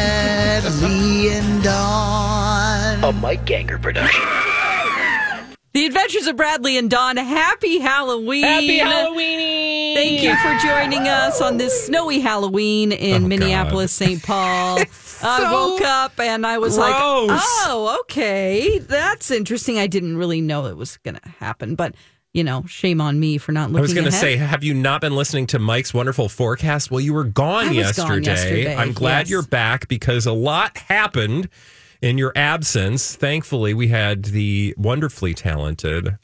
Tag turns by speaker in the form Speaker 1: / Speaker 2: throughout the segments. Speaker 1: Bradley and Dawn.
Speaker 2: A Mike Ganger production.
Speaker 3: The Adventures of Bradley and Dawn. Happy Halloween.
Speaker 4: Happy Halloweeny.
Speaker 3: Thank you for joining us on this snowy Halloween
Speaker 4: Oh,
Speaker 3: in Minneapolis, St. Paul. I woke up and I was like,
Speaker 4: gross.
Speaker 3: oh, okay. That's interesting. I didn't really know it was going to happen, but, you know, shame on me for not looking
Speaker 4: I was going to
Speaker 3: ahead.
Speaker 4: say, have you not been listening to Mike's wonderful forecast? Well, you were gone,
Speaker 3: I was
Speaker 4: yesterday.
Speaker 3: gone yesterday,
Speaker 4: I'm glad
Speaker 3: yes.
Speaker 4: you're back because a lot happened in your absence. Thankfully, we had the wonderfully talented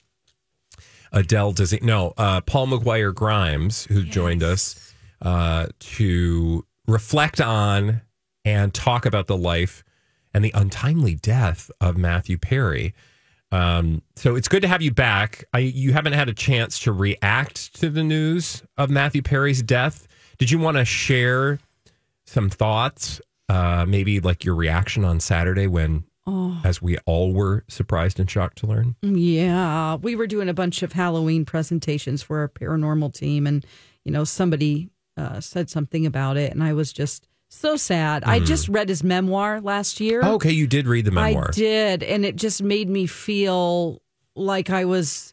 Speaker 4: Adele Dizzy, no, uh, Paul McGuire Grimes, who joined us uh, to reflect on and talk about the life and the untimely death of Matthew Perry. Um, so it's good to have you back. I, you haven't had a chance to react to the news of Matthew Perry's death. Did you want to share some thoughts? Uh, maybe like your reaction on Saturday when,
Speaker 3: Oh.
Speaker 4: as we all were surprised and shocked to learn.
Speaker 3: Yeah, we were doing a bunch of Halloween presentations for our paranormal team, and you know somebody uh, said something about it, and I was just so sad. I just read his memoir last year.
Speaker 4: Mm. Oh, Okay, you did read the memoir.
Speaker 3: I did, and it just made me feel like I was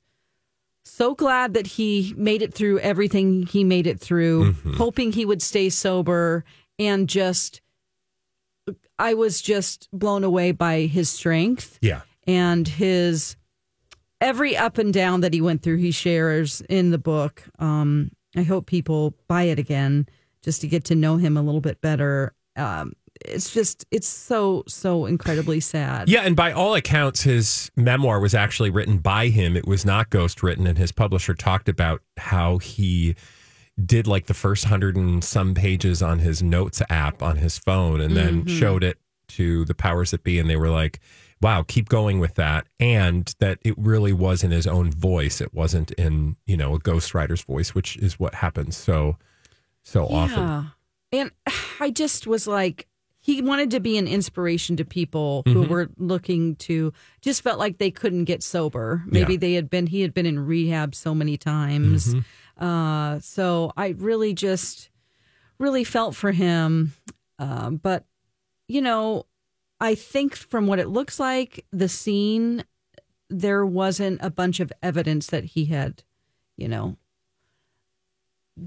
Speaker 3: so glad that he made it through everything he made it through,
Speaker 4: Mm-hmm.
Speaker 3: hoping he would stay sober, and just I was just blown away by his strength
Speaker 4: Yeah.
Speaker 3: and his every up and down that he went through he shares in the book um i hope people buy it again just to get to know him a little bit better um it's just it's so so incredibly sad
Speaker 4: Yeah, and by all accounts, his memoir was actually written by him. It was not ghost written, and his publisher talked about how he did like the first hundred and some pages on his notes app on his phone and then showed it to the powers that be, and they were like, Wow, keep going with that. And that it really was in his own voice. It wasn't in, you know, a ghostwriter's voice, which is what happens so so often.
Speaker 3: Yeah. And I just was like, he wanted to be an inspiration to people who
Speaker 4: Mm-hmm.
Speaker 3: were looking to just felt like they couldn't get sober. Maybe
Speaker 4: Yeah. Mm-hmm.
Speaker 3: they had been, he had been in rehab so many times. Uh, so I really just really felt for him. Um, but, you know, I think from what it looks like, the scene, there wasn't a bunch of evidence that he had, you know,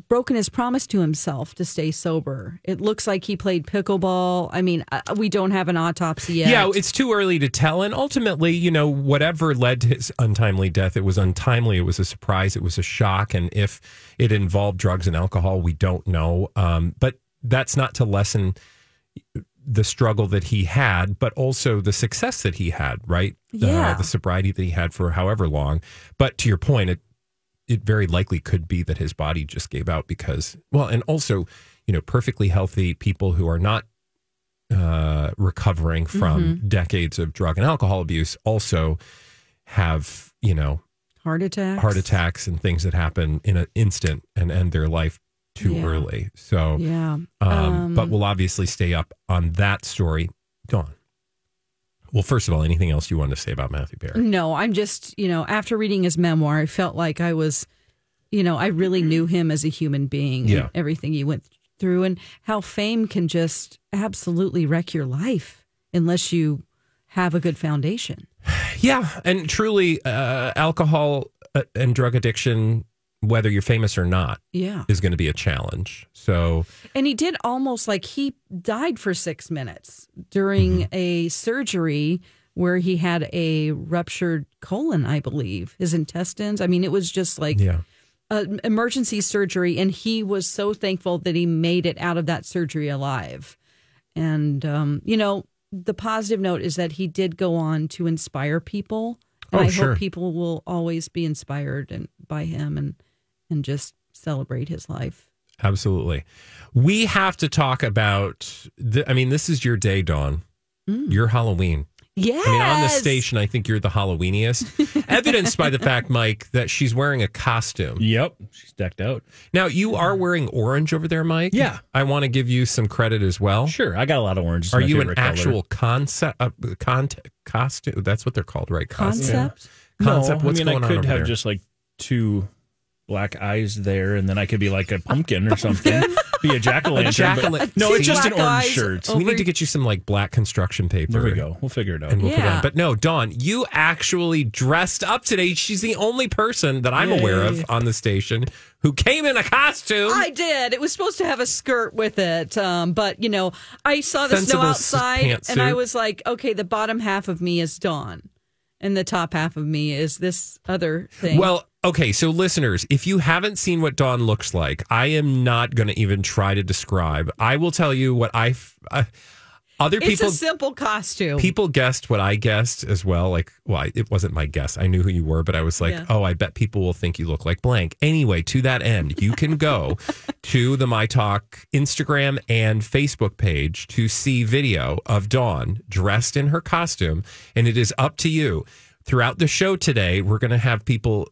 Speaker 3: broken his promise to himself to stay sober. It looks like he played pickleball. I mean, uh, we don't have an autopsy yet.
Speaker 4: Yeah, it's too early to tell. And ultimately, you know, whatever led to his untimely death, it was untimely. It was a surprise. It was a shock. And if it involved drugs and alcohol, we don't know. Um, but that's not to lessen the struggle that he had, but also the success that he had, right? Uh,
Speaker 3: Yeah.
Speaker 4: the sobriety that he had for however long. But to your point, it it very likely could be that his body just gave out because well, and also, you know, perfectly healthy people who are not uh, recovering
Speaker 3: Mm-hmm.
Speaker 4: from decades of drug and alcohol abuse also have you know
Speaker 3: heart attacks.
Speaker 4: heart attacks and things that happen in an instant and end their life too
Speaker 3: Yeah.
Speaker 4: early. So,
Speaker 3: Yeah.
Speaker 4: um, but
Speaker 3: Um,
Speaker 4: we'll obviously stay up on that story. Dawn. Well, first of all, anything else you wanted to say about Matthew Perry?
Speaker 3: No, I'm just, you know, after reading his memoir, I felt like I was, you know, I really knew him as a human being and
Speaker 4: Mm-hmm. Yeah.
Speaker 3: everything he went through and how fame can just absolutely wreck your life unless you have a good foundation.
Speaker 4: Yeah, and truly, uh, alcohol uh, and drug addiction, whether you're famous or not,
Speaker 3: Yeah.
Speaker 4: is going to be a challenge. So,
Speaker 3: And he did almost like he died for six minutes during
Speaker 4: Mm-hmm.
Speaker 3: a surgery where he had a ruptured colon, I believe, his intestines. I mean, it was just like
Speaker 4: yeah,
Speaker 3: a emergency surgery, and he was so thankful that he made it out of that surgery alive. And um, you know, the positive note is that he did go on to inspire people, and
Speaker 4: Oh,
Speaker 3: I
Speaker 4: sure.
Speaker 3: hope people will always be inspired and by him and and just celebrate his life.
Speaker 4: absolutely. We have to talk about. The, I mean, this is your day, Dawn.
Speaker 2: Mm.
Speaker 4: Your Halloween.
Speaker 3: Yes,
Speaker 4: I mean, on the station, I think you're the Halloweeniest, evidenced by the fact, Mike, that she's wearing a costume.
Speaker 2: Yep, she's decked out.
Speaker 4: Now, you are wearing orange over there, Mike.
Speaker 2: Yeah.
Speaker 4: I want to give you some credit as well.
Speaker 2: Sure, I got a lot of oranges.
Speaker 4: Are you an actual concept, uh, con- costume? That's what they're called, right? Costume?
Speaker 3: concept.
Speaker 4: Concept. What's
Speaker 2: I mean,
Speaker 4: going
Speaker 2: I could
Speaker 4: on over
Speaker 2: have
Speaker 4: there?
Speaker 2: just like two black eyes there, and then I could be like a pumpkin or something. be a jack o'
Speaker 4: A jack-o'
Speaker 2: lantern.
Speaker 4: lan-
Speaker 2: No, it's
Speaker 3: Two
Speaker 2: just an
Speaker 3: black
Speaker 2: orange
Speaker 3: eyes.
Speaker 2: shirt.
Speaker 3: Oh.
Speaker 4: we need to get you some like black construction paper.
Speaker 2: There we go. We'll figure it out.
Speaker 4: And we'll put it
Speaker 3: Yeah.
Speaker 4: on. But no, Dawn, you actually dressed up today. She's the only person that I'm aware of on the station who came in a costume.
Speaker 3: I did. It was supposed to have a skirt with it, um, but you know, I saw the
Speaker 4: Sensible
Speaker 3: snow
Speaker 4: s-
Speaker 3: outside, and I
Speaker 4: pantsuit.
Speaker 3: was like, okay, the bottom half of me is Dawn, and the top half of me is this other thing.
Speaker 4: Well, okay, so listeners, if you haven't seen what Dawn looks like, I am not going to even try to describe. I will tell you what I. f- Uh, other
Speaker 3: it's
Speaker 4: people
Speaker 3: a simple costume.
Speaker 4: people guessed what I guessed as well. Like, well, I- it wasn't my guess. I knew who you were, but I was like,
Speaker 3: Yeah.
Speaker 4: oh, I bet people will think you look like blank. Anyway, to that end, you can go to the My Talk Instagram and Facebook page to see video of Dawn dressed in her costume, and it is up to you. Throughout the show today, we're going to have people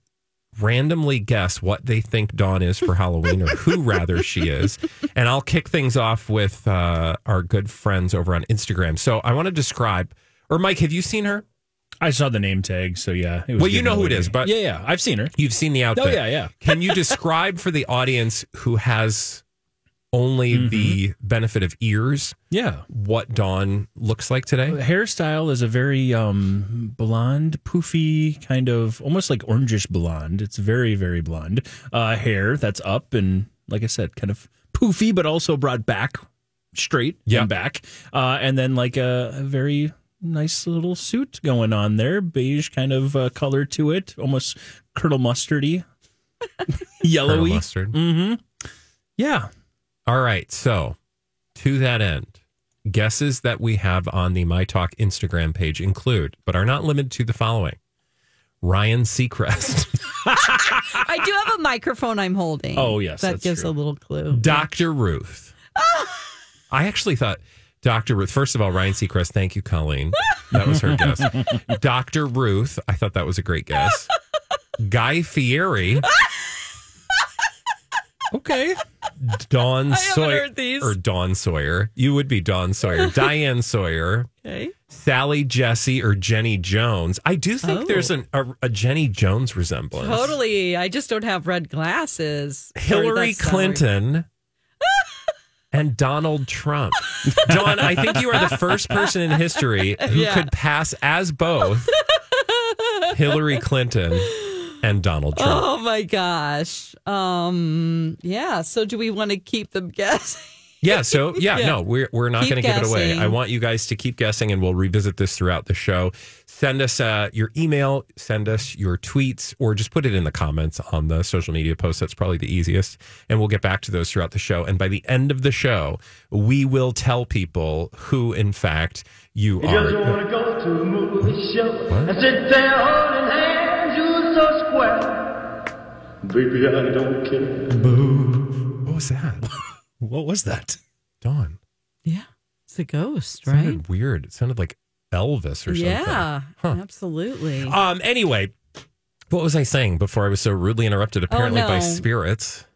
Speaker 4: randomly guess what they think Dawn is for Halloween or who rather she is. And I'll kick things off with uh, our good friends over on Instagram. So I want to describe, or Mike, have you seen her?
Speaker 2: I saw the name tag, so yeah. It was
Speaker 4: Well, you
Speaker 2: given
Speaker 4: know who
Speaker 2: away
Speaker 4: it
Speaker 2: to
Speaker 4: is,
Speaker 2: me.
Speaker 4: but-
Speaker 2: yeah, yeah, I've seen her.
Speaker 4: You've seen the outfit.
Speaker 2: Oh yeah, yeah.
Speaker 4: Can you describe for the audience who has only
Speaker 2: Mm-hmm.
Speaker 4: the benefit of ears
Speaker 2: Yeah.
Speaker 4: what Dawn looks like today?
Speaker 2: The hairstyle is a very um, blonde, poofy kind of almost like orangish blonde. It's very, very blonde uh, hair that's up and, like I said, kind of poofy, but also brought back straight
Speaker 4: Yeah.
Speaker 2: and back. Uh, and then like a, a very nice little suit going on there, beige kind of uh, color to it, almost curdle mustardy,
Speaker 4: Colonel
Speaker 2: yellowy.
Speaker 4: Mustard.
Speaker 2: Mm-hmm. Yeah.
Speaker 4: All right. So, to that end, guesses that we have on the My Talk Instagram page include, but are not limited to, the following Ryan Seacrest,
Speaker 3: I do have a microphone I'm holding.
Speaker 2: Oh, yes,
Speaker 3: that
Speaker 2: that's
Speaker 3: gives
Speaker 2: true.
Speaker 3: a little clue.
Speaker 4: Dr. Ruth. I actually thought Dr. Ruth, first of all, Ryan Seacrest, thank you, Colleen. That was her guess. Dr. Ruth, I thought that was a great guess. Guy Fieri,
Speaker 2: Okay.
Speaker 4: Dawn
Speaker 3: haven't
Speaker 4: Sawyer,
Speaker 3: heard these.
Speaker 4: or Dawn Sawyer. You would be Dawn Sawyer, Diane Sawyer,
Speaker 3: Okay.
Speaker 4: Sally Jesse or Jenny Jones. I do think
Speaker 3: Oh.
Speaker 4: there's an, a, a Jenny Jones resemblance.
Speaker 3: Totally. I just don't have red glasses. Or
Speaker 4: Hillary
Speaker 3: that's Hillary.
Speaker 4: Clinton and Donald Trump. Dawn, I think you are the first person in history who
Speaker 3: Yeah.
Speaker 4: could pass as both Hillary Clinton and Donald Trump.
Speaker 3: Oh my gosh. Um yeah, so do we want to keep them guessing?
Speaker 4: Yeah, so yeah,
Speaker 3: Yeah.
Speaker 4: no, we're, we're not
Speaker 3: Keep
Speaker 4: going to give it away.
Speaker 3: guessing.
Speaker 4: I want you guys to keep guessing and we'll revisit this throughout the show. Send us uh, your email, send us your tweets, or just put it in the comments on the social media post. That's probably the easiest. And we'll get back to those throughout the show. And by the end of the show, we will tell people who, in fact, you
Speaker 5: If you ever
Speaker 4: are.
Speaker 5: wanna go to a movie show and sit there holding hands, you're so square. Baby, I don't care.
Speaker 4: What was that?
Speaker 2: What was that?
Speaker 4: Dawn.
Speaker 3: Yeah. It's a ghost,
Speaker 4: It
Speaker 3: right?
Speaker 4: sounded weird. It sounded like Elvis or something.
Speaker 3: Yeah,
Speaker 4: Huh.
Speaker 3: absolutely.
Speaker 4: Um. Anyway, What was I saying before I was so rudely interrupted? Apparently by
Speaker 3: Oh, no.
Speaker 4: spirits.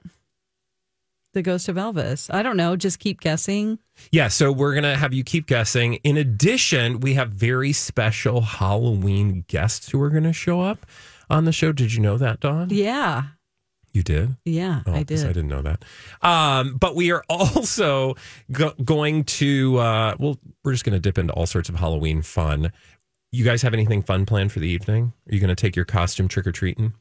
Speaker 3: The Ghost of Elvis. I don't know. Just keep guessing.
Speaker 4: Yeah, so we're going to have you keep guessing. In addition, we have very special Halloween guests who are going to show up on the show. Did you know that, Dawn?
Speaker 3: Yeah.
Speaker 4: You did?
Speaker 3: Yeah, I
Speaker 4: guess
Speaker 3: did.
Speaker 4: Oh, I didn't know that. Um, but we are also go- going to, uh, well, we're just going to dip into all sorts of Halloween fun. You guys have anything fun planned for the evening? Are you going to take your costume trick or treating?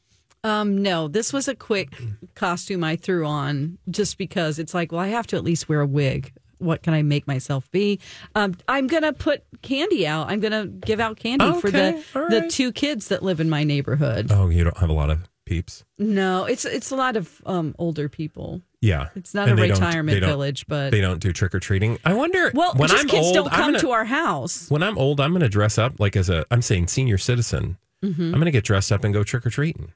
Speaker 3: Um, no, this was a quick costume I threw on just because it's like, well, I have to at least wear a wig. What can I make myself be? Um, I'm gonna put candy out. I'm gonna give out candy for the
Speaker 4: Okay, all
Speaker 3: the
Speaker 4: right.
Speaker 3: two kids that live in my neighborhood.
Speaker 4: Oh, you don't have a lot of peeps?
Speaker 3: No, it's it's a lot of um, older people.
Speaker 4: Yeah.
Speaker 3: It's not
Speaker 4: And
Speaker 3: a
Speaker 4: they don't-
Speaker 3: retirement
Speaker 4: they don't-
Speaker 3: village, but
Speaker 4: They don't do trick or treating. I wonder.
Speaker 3: well,
Speaker 4: when
Speaker 3: just
Speaker 4: I'm
Speaker 3: kids
Speaker 4: old,
Speaker 3: don't
Speaker 4: I'm
Speaker 3: come
Speaker 4: gonna-
Speaker 3: to our house.
Speaker 4: when I'm old, I'm going to dress up like as a, I'm saying senior citizen.
Speaker 3: Mm-hmm.
Speaker 4: I'm going to get dressed up and go trick or treating.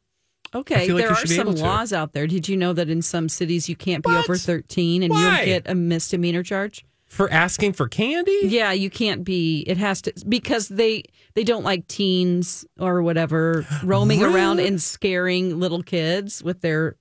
Speaker 3: Okay,
Speaker 4: feel like
Speaker 3: there
Speaker 4: you
Speaker 3: are
Speaker 4: should be
Speaker 3: some
Speaker 4: able to.
Speaker 3: laws out there. Did you know that in some cities you can't be
Speaker 4: What?
Speaker 3: over 13 and you
Speaker 4: Why?
Speaker 3: don't get a misdemeanor charge?
Speaker 4: For asking for candy?
Speaker 3: Yeah, you can't be. It has to because they they don't like teens or whatever roaming around
Speaker 4: Really?
Speaker 3: and scaring little kids with their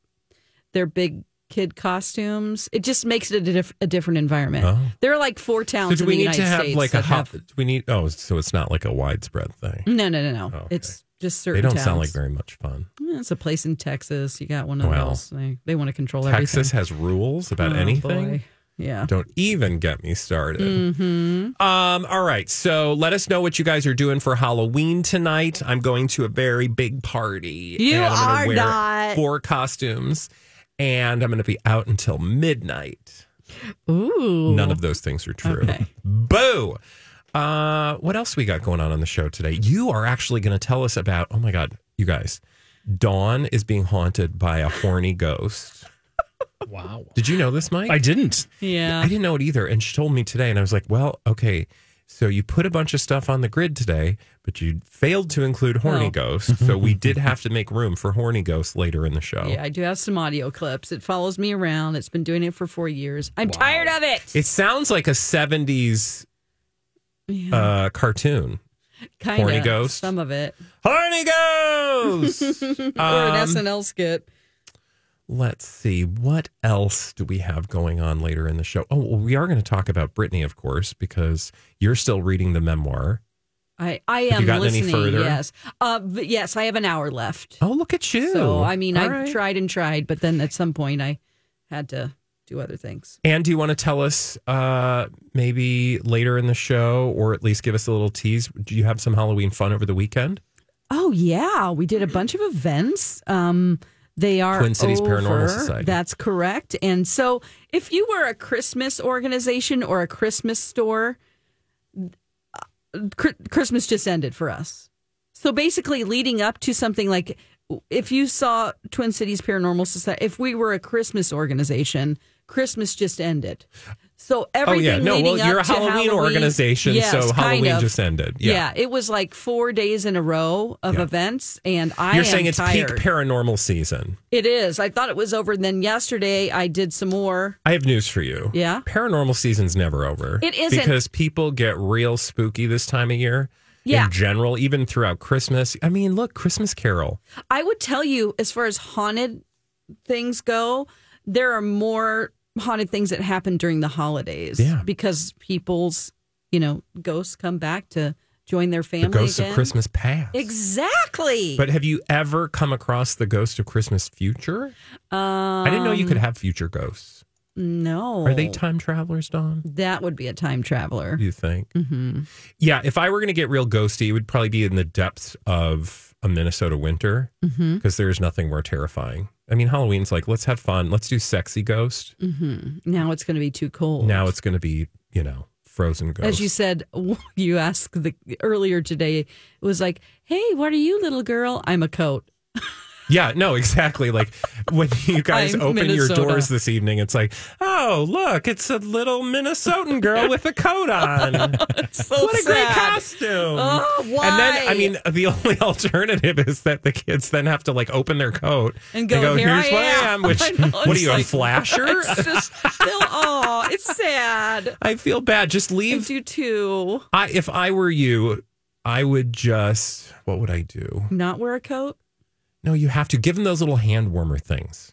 Speaker 3: their big kid costumes. It just makes it a, diff, a different environment. There are like four towns
Speaker 4: Oh. So do
Speaker 3: in
Speaker 4: we
Speaker 3: the
Speaker 4: need
Speaker 3: United
Speaker 4: to have
Speaker 3: States
Speaker 4: like a
Speaker 3: that
Speaker 4: hop?
Speaker 3: have.
Speaker 4: Do we need? Oh, so it's not like a widespread thing.
Speaker 3: No, no, no, no.
Speaker 4: Oh, okay.
Speaker 3: It's just Mm, certain.
Speaker 4: They don't sound
Speaker 3: towns.
Speaker 4: like very much fun.
Speaker 3: Yeah, It's a place in Texas. You got one of
Speaker 4: Well,
Speaker 3: those. They, they want to control
Speaker 4: Texas
Speaker 3: everything.
Speaker 4: has rules about
Speaker 3: Oh,
Speaker 4: anything.
Speaker 3: boy. Yeah.
Speaker 4: Don't even get me started.
Speaker 3: Mm-hmm.
Speaker 4: Um, all right. So let us know what you guys are doing for Halloween tonight. I'm going to a very big party.
Speaker 3: You
Speaker 4: and I'm gonna
Speaker 3: are
Speaker 4: wear
Speaker 3: not.
Speaker 4: Four costumes. And I'm going to be out until midnight.
Speaker 3: Ooh.
Speaker 4: None of those things are true.
Speaker 3: Okay.
Speaker 4: Boo. Uh, what else we got going on on the show today? You are actually going to tell us about. Oh my God, you guys! Dawn is being haunted by a horny ghost.
Speaker 2: Wow.
Speaker 4: Did you know this, Mike?
Speaker 2: I didn't.
Speaker 3: Yeah.
Speaker 4: I didn't know it either, and she told me today, and I was like, "Well, okay." So you put a bunch of stuff on the grid today, but you failed to include horny
Speaker 3: Oh.
Speaker 4: ghost. So we did have to make room for horny ghost later in the show.
Speaker 3: Yeah, I do have some audio clips. It follows me around. It's been doing it for four years. I'm tired of it.
Speaker 4: It sounds like a '70s uh, cartoon.
Speaker 3: Kind
Speaker 4: horny
Speaker 3: of.
Speaker 4: ghost.
Speaker 3: Some of it.
Speaker 4: Horny ghost.
Speaker 3: or an
Speaker 4: Um,
Speaker 3: SNL skit.
Speaker 4: Let's see. What else do we have going on later in the show? Oh, well, we are going to talk about Britney, of course, because you're still reading the memoir.
Speaker 3: I, I
Speaker 4: Have
Speaker 3: am
Speaker 4: you gotten any
Speaker 3: listening.
Speaker 4: further?
Speaker 3: Yes. Uh, but yes, I have an hour left.
Speaker 4: Oh, look at you.
Speaker 3: So, I mean,
Speaker 4: All
Speaker 3: I
Speaker 4: right.
Speaker 3: tried and tried, but then at some point I had to do other things.
Speaker 4: And do you want to tell us uh, maybe later in the show, or at least give us a little tease? Do you have some Halloween fun over the weekend?
Speaker 3: Oh, yeah. We did a bunch of events. Um, they are
Speaker 4: Twin Cities Paranormal
Speaker 3: over.
Speaker 4: Society.
Speaker 3: That's correct. And so, if you were a Christmas organization or a Christmas store, uh, Chri- Christmas just ended for us. So basically, leading up to something like if you saw Twin Cities Paranormal Society, if we were a Christmas organization, Christmas just ended. So everything.
Speaker 4: oh, yeah. No, well,
Speaker 3: leading up
Speaker 4: you're a
Speaker 3: to
Speaker 4: Halloween, organization,
Speaker 3: Yes,
Speaker 4: so
Speaker 3: kind
Speaker 4: Halloween
Speaker 3: of.
Speaker 4: just ended.
Speaker 3: Yeah.
Speaker 4: Yeah.
Speaker 3: it was like four days in a row of
Speaker 4: Yeah.
Speaker 3: events, and I
Speaker 4: You're
Speaker 3: am
Speaker 4: saying it's
Speaker 3: tired.
Speaker 4: peak paranormal season.
Speaker 3: it is. I thought it was over, and then yesterday I did some more.
Speaker 4: I have news for you.
Speaker 3: Yeah?
Speaker 4: Paranormal season's never over.
Speaker 3: It isn't.
Speaker 4: Because people get real spooky this time of year.
Speaker 3: Yeah.
Speaker 4: In general, even throughout Christmas. I mean, look, Christmas Carol.
Speaker 3: I would tell you, as far as haunted things go, there are more haunted things that happen during the holidays.
Speaker 4: Yeah.
Speaker 3: because people's you know ghosts come back to join their family.
Speaker 4: the ghosts
Speaker 3: again.
Speaker 4: of Christmas past.
Speaker 3: Exactly.
Speaker 4: But have you ever come across the ghost of Christmas future?
Speaker 3: um,
Speaker 4: I didn't know you could have future ghosts.
Speaker 3: No.
Speaker 4: Are they time travelers, Don?
Speaker 3: that would be a time traveler.
Speaker 4: Do you think? Mm-hmm. Yeah, if I were going to get real ghosty, it would probably be in the depths of a Minnesota winter because
Speaker 3: Mm-hmm.
Speaker 4: there's nothing more terrifying. I mean, Halloween's like, let's have fun, let's do sexy ghost.
Speaker 3: Mm-hmm. Now it's going to be too cold.
Speaker 4: Now it's going to be, you know, frozen ghost.
Speaker 3: as you said, you asked the earlier today. It was like, "Hey, what are you, little girl? I'm a coat."
Speaker 4: yeah, no, exactly. Like when you guys
Speaker 3: I'm
Speaker 4: open
Speaker 3: Minnesota.
Speaker 4: your doors this evening, it's like, oh, look, it's a little Minnesotan girl with a coat on.
Speaker 3: So
Speaker 4: what a great costume.
Speaker 3: Oh, why?
Speaker 4: And then, I mean, the only alternative is that the kids then have to like open their coat
Speaker 3: And go, "Here
Speaker 4: here's
Speaker 3: I
Speaker 4: what I
Speaker 3: am."
Speaker 4: am. Which,
Speaker 3: I know,
Speaker 4: what are
Speaker 3: it's
Speaker 4: you, a
Speaker 3: like-
Speaker 4: flasher?
Speaker 3: It's just still, oh, it's sad.
Speaker 4: I feel bad. Just
Speaker 3: I
Speaker 4: leave.
Speaker 3: do too.
Speaker 4: I, if I were you, I would just, what would I do?
Speaker 3: Not wear a coat.
Speaker 4: No, you have to give them those little hand warmer things.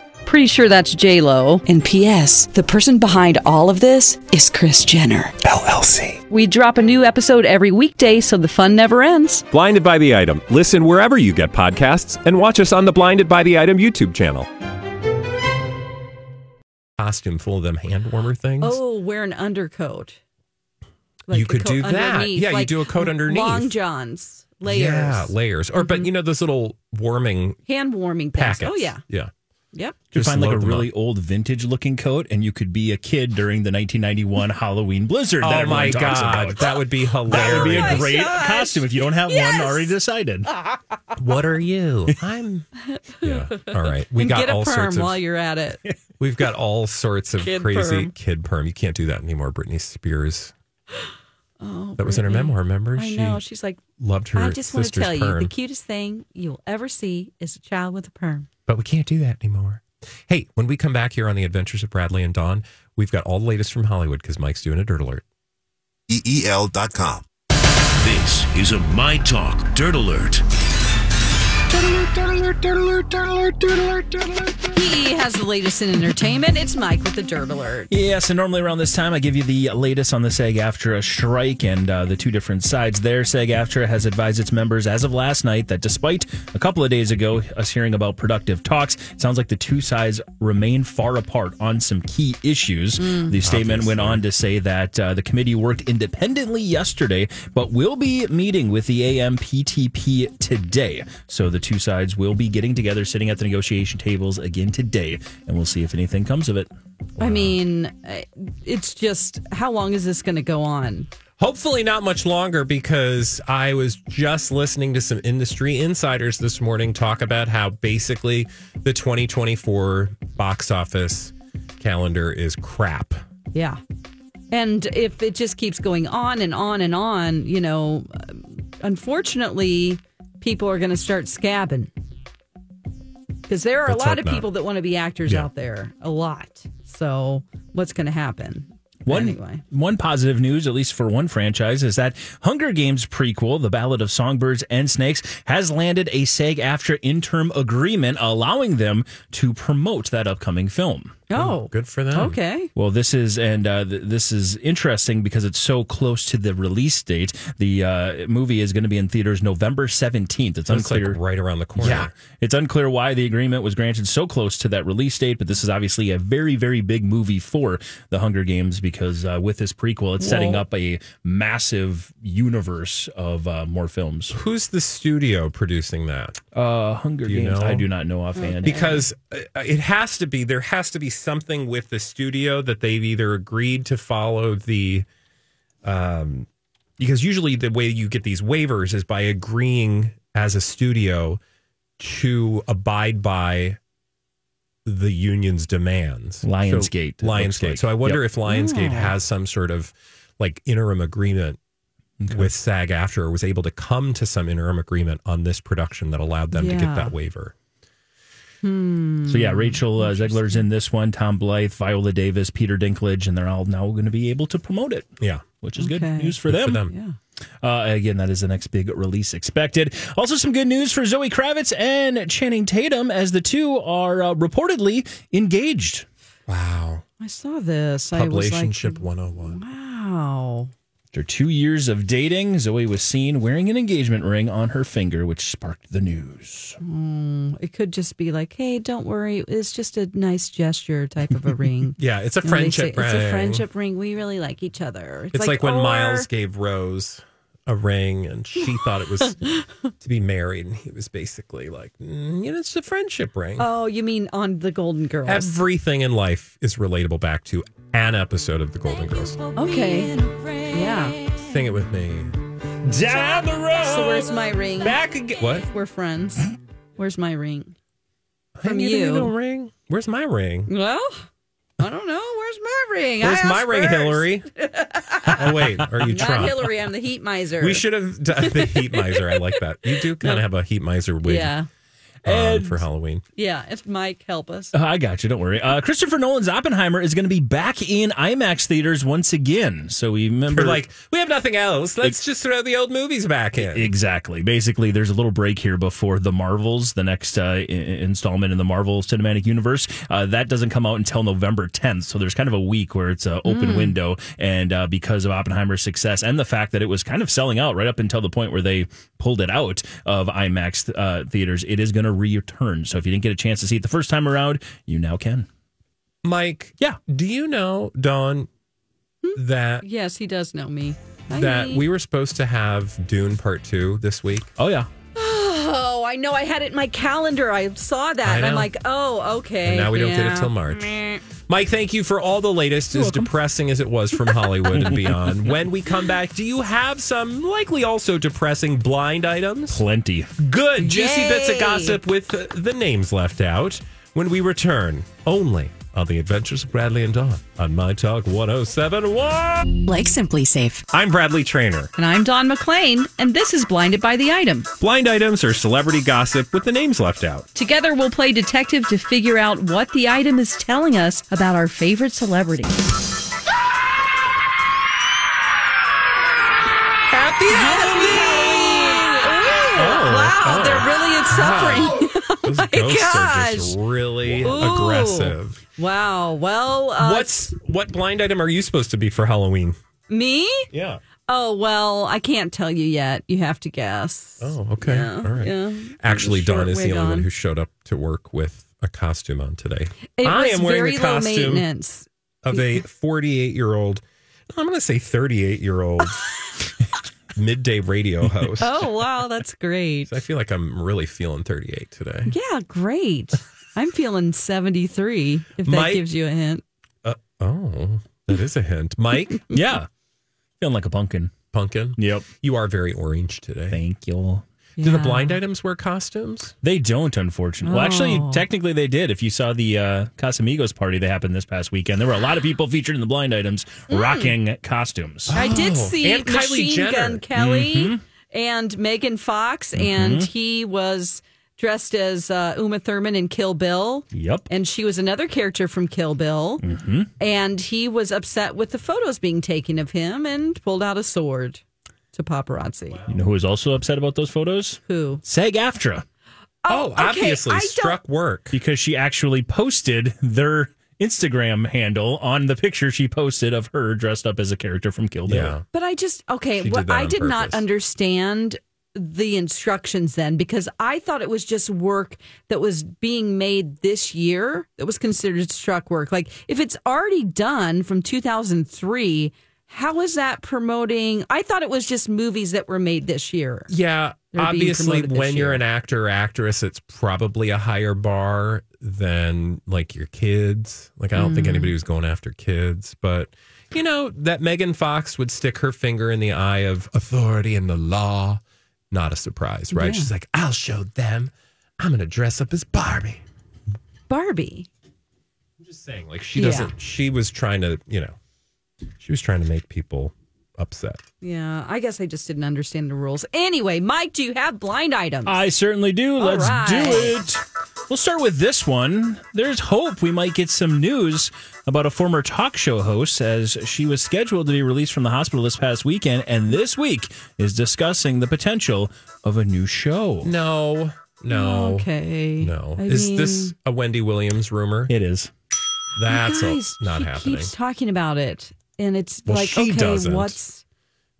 Speaker 3: Pretty sure that's J Lo.
Speaker 6: And P.S. The person behind all of this is Chris Jenner.
Speaker 4: LLC.
Speaker 3: We drop a new episode every weekday, so the fun never ends.
Speaker 4: Blinded by the Item. Listen wherever you get podcasts and watch us on the Blinded by the Item YouTube channel. Costume full of them hand warmer things.
Speaker 3: Oh, wear an undercoat. the
Speaker 4: You could do
Speaker 3: coat
Speaker 4: that.
Speaker 3: underneath,
Speaker 4: Yeah, you
Speaker 3: like
Speaker 4: do a coat underneath.
Speaker 3: Long johns, layers,
Speaker 4: Yeah, layers. Or, but you know, those little warming
Speaker 3: hand warming things.
Speaker 4: packets.
Speaker 3: Oh yeah,
Speaker 4: Yeah.
Speaker 3: yep.
Speaker 2: You could
Speaker 4: Just
Speaker 2: find like a
Speaker 4: load them
Speaker 2: really
Speaker 4: up.
Speaker 2: old vintage looking coat, and you could be a kid during the 1991 Halloween blizzard. that
Speaker 4: oh
Speaker 2: everyone
Speaker 4: my
Speaker 2: talks
Speaker 4: God.
Speaker 2: about.
Speaker 4: That would be hilarious.
Speaker 2: That would be
Speaker 3: Oh my
Speaker 2: a great
Speaker 3: gosh.
Speaker 2: costume if you don't have
Speaker 3: Yes.
Speaker 2: one already decided.
Speaker 4: what are you? I'm. Yeah. All right. We
Speaker 3: and
Speaker 4: got
Speaker 3: get a
Speaker 4: all
Speaker 3: perm
Speaker 4: sorts of.
Speaker 3: while you're at it.
Speaker 4: we've got all sorts of
Speaker 3: Kid
Speaker 4: crazy
Speaker 3: perm.
Speaker 4: kid perm. You can't do that anymore. Britney Spears.
Speaker 3: Oh,
Speaker 4: That was in her
Speaker 3: Britney.
Speaker 4: memoir. Remember?
Speaker 3: I know. She's like,
Speaker 4: loved her
Speaker 3: I just want to
Speaker 4: sister's
Speaker 3: tell you,
Speaker 4: perm.
Speaker 3: the cutest thing you will ever see is a child with a perm.
Speaker 4: but we can't do that anymore. Hey, when we come back here on the Adventures of Bradley and Dawn, we've got all the latest from Hollywood because Mike's doing a dirt alert.
Speaker 7: EEL.com. This is a My Talk Dirt Alert.
Speaker 3: PE has the latest in entertainment. It's Mike with the Dirt Alert.
Speaker 2: Yes, and normally around this time, I give you the latest on the SAG AFTRA strike and uh, the two different sides there. SAG AFTRA has advised its members as of last night that despite a couple of days ago us hearing about productive talks, it sounds like the two sides remain far apart on some key issues. the statement went on to say that uh, the committee worked independently yesterday, but will be meeting with the AMPTP today. So the two sides will be getting together, sitting at the negotiation tables again today, and we'll see if anything comes of it.
Speaker 3: I mean, uh, it's just how long is this going to go on?
Speaker 4: Hopefully, not much longer because I was just listening to some industry insiders this morning talk about how basically the 2024 box office calendar is crap.
Speaker 3: Yeah. And if it just keeps going on and on and on, you know, unfortunately, people are going to start scabbing. Because there are
Speaker 4: Let's
Speaker 3: a lot
Speaker 4: hope
Speaker 3: of
Speaker 4: not.
Speaker 3: people that want to be actors
Speaker 4: Yeah.
Speaker 3: out there, a lot. So, what's going to happen?
Speaker 2: One,
Speaker 3: Anyway.
Speaker 2: one positive news, at least for one franchise, is that Hunger Games prequel, The Ballad of Songbirds and Snakes, has landed a SAG AFTRA interim agreement allowing them to promote that upcoming film.
Speaker 3: Oh,
Speaker 4: Good for them.
Speaker 3: okay.
Speaker 2: Well, this is and uh, th- this is interesting because it's so close to the release date. The uh, movie is going to be in theaters November seventeenth. It's
Speaker 4: That's like
Speaker 2: unclear.
Speaker 4: right around the corner.
Speaker 2: Yeah. It's unclear why the agreement was granted so close to that release date, but this is obviously a very, very big movie for the Hunger Games because uh, with this prequel, it's setting up a massive universe of uh, more films.
Speaker 4: Who's the studio producing that?
Speaker 2: Uh, Hunger
Speaker 4: Do you
Speaker 2: Games,
Speaker 4: know?
Speaker 2: I do not know offhand.
Speaker 4: Because uh, it has to be, there has to be something with the studio that they've either agreed to follow the. Um, because usually the way you get these waivers is by agreeing as a studio to abide by the union's demands.
Speaker 2: Lionsgate, it
Speaker 4: So,
Speaker 2: looks
Speaker 4: Lionsgate.
Speaker 2: like.
Speaker 4: So I wonder
Speaker 2: Yep.
Speaker 4: if Lionsgate has some sort of like interim agreement with SAG after or was able to come to some interim agreement on this production that allowed them to
Speaker 3: Yeah.
Speaker 4: get that waiver.
Speaker 2: So, yeah, Rachel uh, Zegler's in this one, Tom Blythe, Viola Davis, Peter Dinklage, and they're all now going to be able to promote it,
Speaker 4: Yeah.
Speaker 2: which is good
Speaker 3: Okay.
Speaker 2: news for
Speaker 4: Good
Speaker 2: them.
Speaker 4: for them.
Speaker 3: Yeah.
Speaker 2: Uh, again, that is the next big release expected. Also, some good news for Zoe Kravitz and Channing Tatum, as the two are uh, reportedly engaged.
Speaker 4: Wow. oh
Speaker 3: I saw this. I was like,
Speaker 4: Relationship 101.
Speaker 3: wow.
Speaker 2: After two years of dating, Zoe was seen wearing an engagement ring on her finger, which sparked the news.
Speaker 3: It could just be like, hey, don't worry. It's just a nice gesture type of a ring.
Speaker 4: Yeah, it's a
Speaker 3: You know, they
Speaker 4: friendship
Speaker 3: say,
Speaker 4: ring.
Speaker 3: It's a friendship ring. We really like each other.
Speaker 4: It's like, when
Speaker 3: or-
Speaker 4: Miles gave Rose a ring and she thought it was to be married. And he was basically like, "Mm, you know, it's a friendship ring.
Speaker 3: Oh, you mean on the Golden Girls?
Speaker 4: Everything in life is relatable back to an episode of The Golden Girls.
Speaker 3: okay. Yeah.
Speaker 4: Sing it with me. Down the road.
Speaker 3: So where's my ring?
Speaker 4: Back again. What?
Speaker 3: We're friends. Where's my ring?
Speaker 4: I
Speaker 3: From
Speaker 4: need a
Speaker 3: you.
Speaker 4: little ring. Where's my ring?
Speaker 3: Well, I don't know. Where's my ring? I
Speaker 4: Where's my
Speaker 3: asked
Speaker 4: ring,
Speaker 3: first.
Speaker 4: Hillary? oh wait, are you
Speaker 3: Not
Speaker 4: Trump?
Speaker 3: Hillary. I'm the heat miser.
Speaker 4: We should have done the heat miser. I like that. You do kind of have a heat miser wig
Speaker 3: Yeah.
Speaker 4: on for Halloween.
Speaker 3: Yeah. If Mike help us.
Speaker 2: I got you. Don't worry. Uh, Christopher Nolan's Oppenheimer is going to be back in IMAX theaters once again. So we remember,
Speaker 4: We're like, we have nothing else. Let's just throw the old movies back in.
Speaker 2: Exactly. Basically, there's a little break here before the Marvels, the next uh, i- installment in the Marvel Cinematic Universe. Uh, that doesn't come out until November 10th, so there's kind of a week where it's an open window. And uh, because of Oppenheimer's success and the fact that it was kind of selling out right up until the point where they pulled it out of IMAX uh, theaters, it is going to return. So if you didn't get a chance to see it the first time around, you now can.
Speaker 4: Mike,
Speaker 2: Yeah.
Speaker 4: do you know, Dawn,
Speaker 3: Hmm?
Speaker 4: that
Speaker 3: Yes, he does know me. Hi.
Speaker 4: that we were supposed to have Dune Part Two this week?
Speaker 2: Oh yeah.
Speaker 3: Oh, I know. I had it in my calendar. I saw that.
Speaker 4: I
Speaker 3: and I'm
Speaker 4: know.
Speaker 3: like, oh, okay.
Speaker 4: And now we don't get
Speaker 3: yeah.
Speaker 4: it till March. Mike, thank you for all the latest, as depressing as it was from Hollywood and beyond. When we come back, do you have some likely also depressing blind items?
Speaker 2: Plenty.
Speaker 4: Good, juicy
Speaker 3: Yay.
Speaker 4: bits of gossip with uh, the names left out when we return only on The Adventures of Bradley and Dawn on My Talk 1071.
Speaker 6: Like Simply Safe.
Speaker 4: I'm Bradley Trainer.
Speaker 3: And I'm Don McClain, and this is Blinded by the Item.
Speaker 4: Blind items are celebrity gossip with the names left out.
Speaker 3: Together, we'll play detective to figure out what the item is telling us about our favorite celebrity.
Speaker 4: Happy Oh,
Speaker 3: wow,
Speaker 4: oh.
Speaker 3: they're really in suffering.
Speaker 4: Those ghosts are just
Speaker 3: gosh.
Speaker 4: really
Speaker 3: Ooh.
Speaker 4: aggressive.
Speaker 3: Wow. Well, uh,
Speaker 4: What's what blind item are you supposed to be for Halloween?
Speaker 3: me?
Speaker 4: Yeah.
Speaker 3: Oh, well, I can't tell you yet. You have to guess.
Speaker 4: Oh, okay. All right.
Speaker 3: yeah.
Speaker 4: Actually, Dawn
Speaker 3: Short
Speaker 4: is the
Speaker 3: wig
Speaker 4: only one
Speaker 3: on.
Speaker 4: who showed up to work with a costume on today.
Speaker 3: It
Speaker 4: I
Speaker 3: was
Speaker 4: am wearing
Speaker 3: very
Speaker 4: the
Speaker 3: low
Speaker 4: costume
Speaker 3: maintenance.
Speaker 4: of a 48 year old, I'm going to say 38 year old midday radio host.
Speaker 3: Oh, wow. That's great.
Speaker 4: I feel like I'm really feeling 38 today.
Speaker 3: Yeah, great. I'm feeling 73, if that
Speaker 4: Mike-
Speaker 3: gives you a hint.
Speaker 4: Uh, oh, that is a hint. Mike,
Speaker 2: Yeah. Feeling like a pumpkin.
Speaker 4: Pumpkin,
Speaker 2: Yep.
Speaker 4: you are very orange today.
Speaker 2: Thank you.
Speaker 4: Do the
Speaker 3: Yeah.
Speaker 4: blind items wear costumes?
Speaker 2: They don't, unfortunately. Well, actually, technically, they did. If you saw the uh, Casamigos party that happened this past weekend, there were a lot of people featured in the blind items rocking costumes.
Speaker 3: I did see
Speaker 4: Oh. and Kylie
Speaker 3: Machine
Speaker 4: Jenner. Mm-hmm.
Speaker 3: Gun Kelly and Megan Fox, and he was dressed as uh, Uma Thurman in Kill Bill.
Speaker 2: Yep.
Speaker 3: And she was another character from Kill Bill.
Speaker 4: Mm-hmm.
Speaker 3: And he was upset with the photos being taken of him and pulled out a sword to paparazzi.
Speaker 2: You know who was also upset about those photos?
Speaker 3: Who?
Speaker 2: SAG AFTRA,
Speaker 4: Oh,
Speaker 3: okay,
Speaker 4: obviously
Speaker 3: I don't-
Speaker 4: struck work.
Speaker 2: because she actually posted their Instagram handle on the picture she posted of her dressed up as a character from Kill Bill.
Speaker 4: Yeah.
Speaker 3: But I just okay.
Speaker 4: She did
Speaker 3: what-
Speaker 4: that
Speaker 3: I
Speaker 4: on
Speaker 3: did not
Speaker 4: purpose.
Speaker 3: understand the instructions then because I thought it was just work that was being made this year that was considered struck work. Like if it's already done from 2003, how is that promoting? I thought it was just movies that were made this year.
Speaker 4: Yeah,
Speaker 3: They're being
Speaker 4: obviously,
Speaker 3: promoted this
Speaker 4: when you're
Speaker 3: year.
Speaker 4: an actor or actress, it's probably a higher bar than like your kids. Like, I don't
Speaker 3: Mm.
Speaker 4: think anybody was going after kids, but you know, that Megan Fox would stick her finger in the eye of authority and the law. Not a surprise, right? She's like, I'll show them. I'm going to dress up as Barbie.
Speaker 3: Barbie.
Speaker 4: I'm just saying, like, she
Speaker 3: Yeah.
Speaker 4: doesn't, she was trying to, you know, she was trying to make people upset.
Speaker 3: Yeah, I guess I just didn't understand the rules. Anyway, Mike, do you have blind items?
Speaker 4: Oh,
Speaker 2: I certainly do. Let's
Speaker 3: right.
Speaker 2: do it. We'll start with this one. There's hope we might get some news about a former talk show host as she was scheduled to be released from the hospital this past weekend and this week is discussing the potential of a new show.
Speaker 4: No, no.
Speaker 3: okay.
Speaker 4: No.
Speaker 3: I
Speaker 4: is
Speaker 3: mean-
Speaker 4: this a Wendy Williams rumor?
Speaker 2: It is.
Speaker 4: That's a-
Speaker 3: guys,
Speaker 4: not
Speaker 3: she
Speaker 4: happening.
Speaker 3: Keeps talking about it, and it's
Speaker 4: Well,
Speaker 3: like, okay,
Speaker 4: she doesn't.
Speaker 3: what's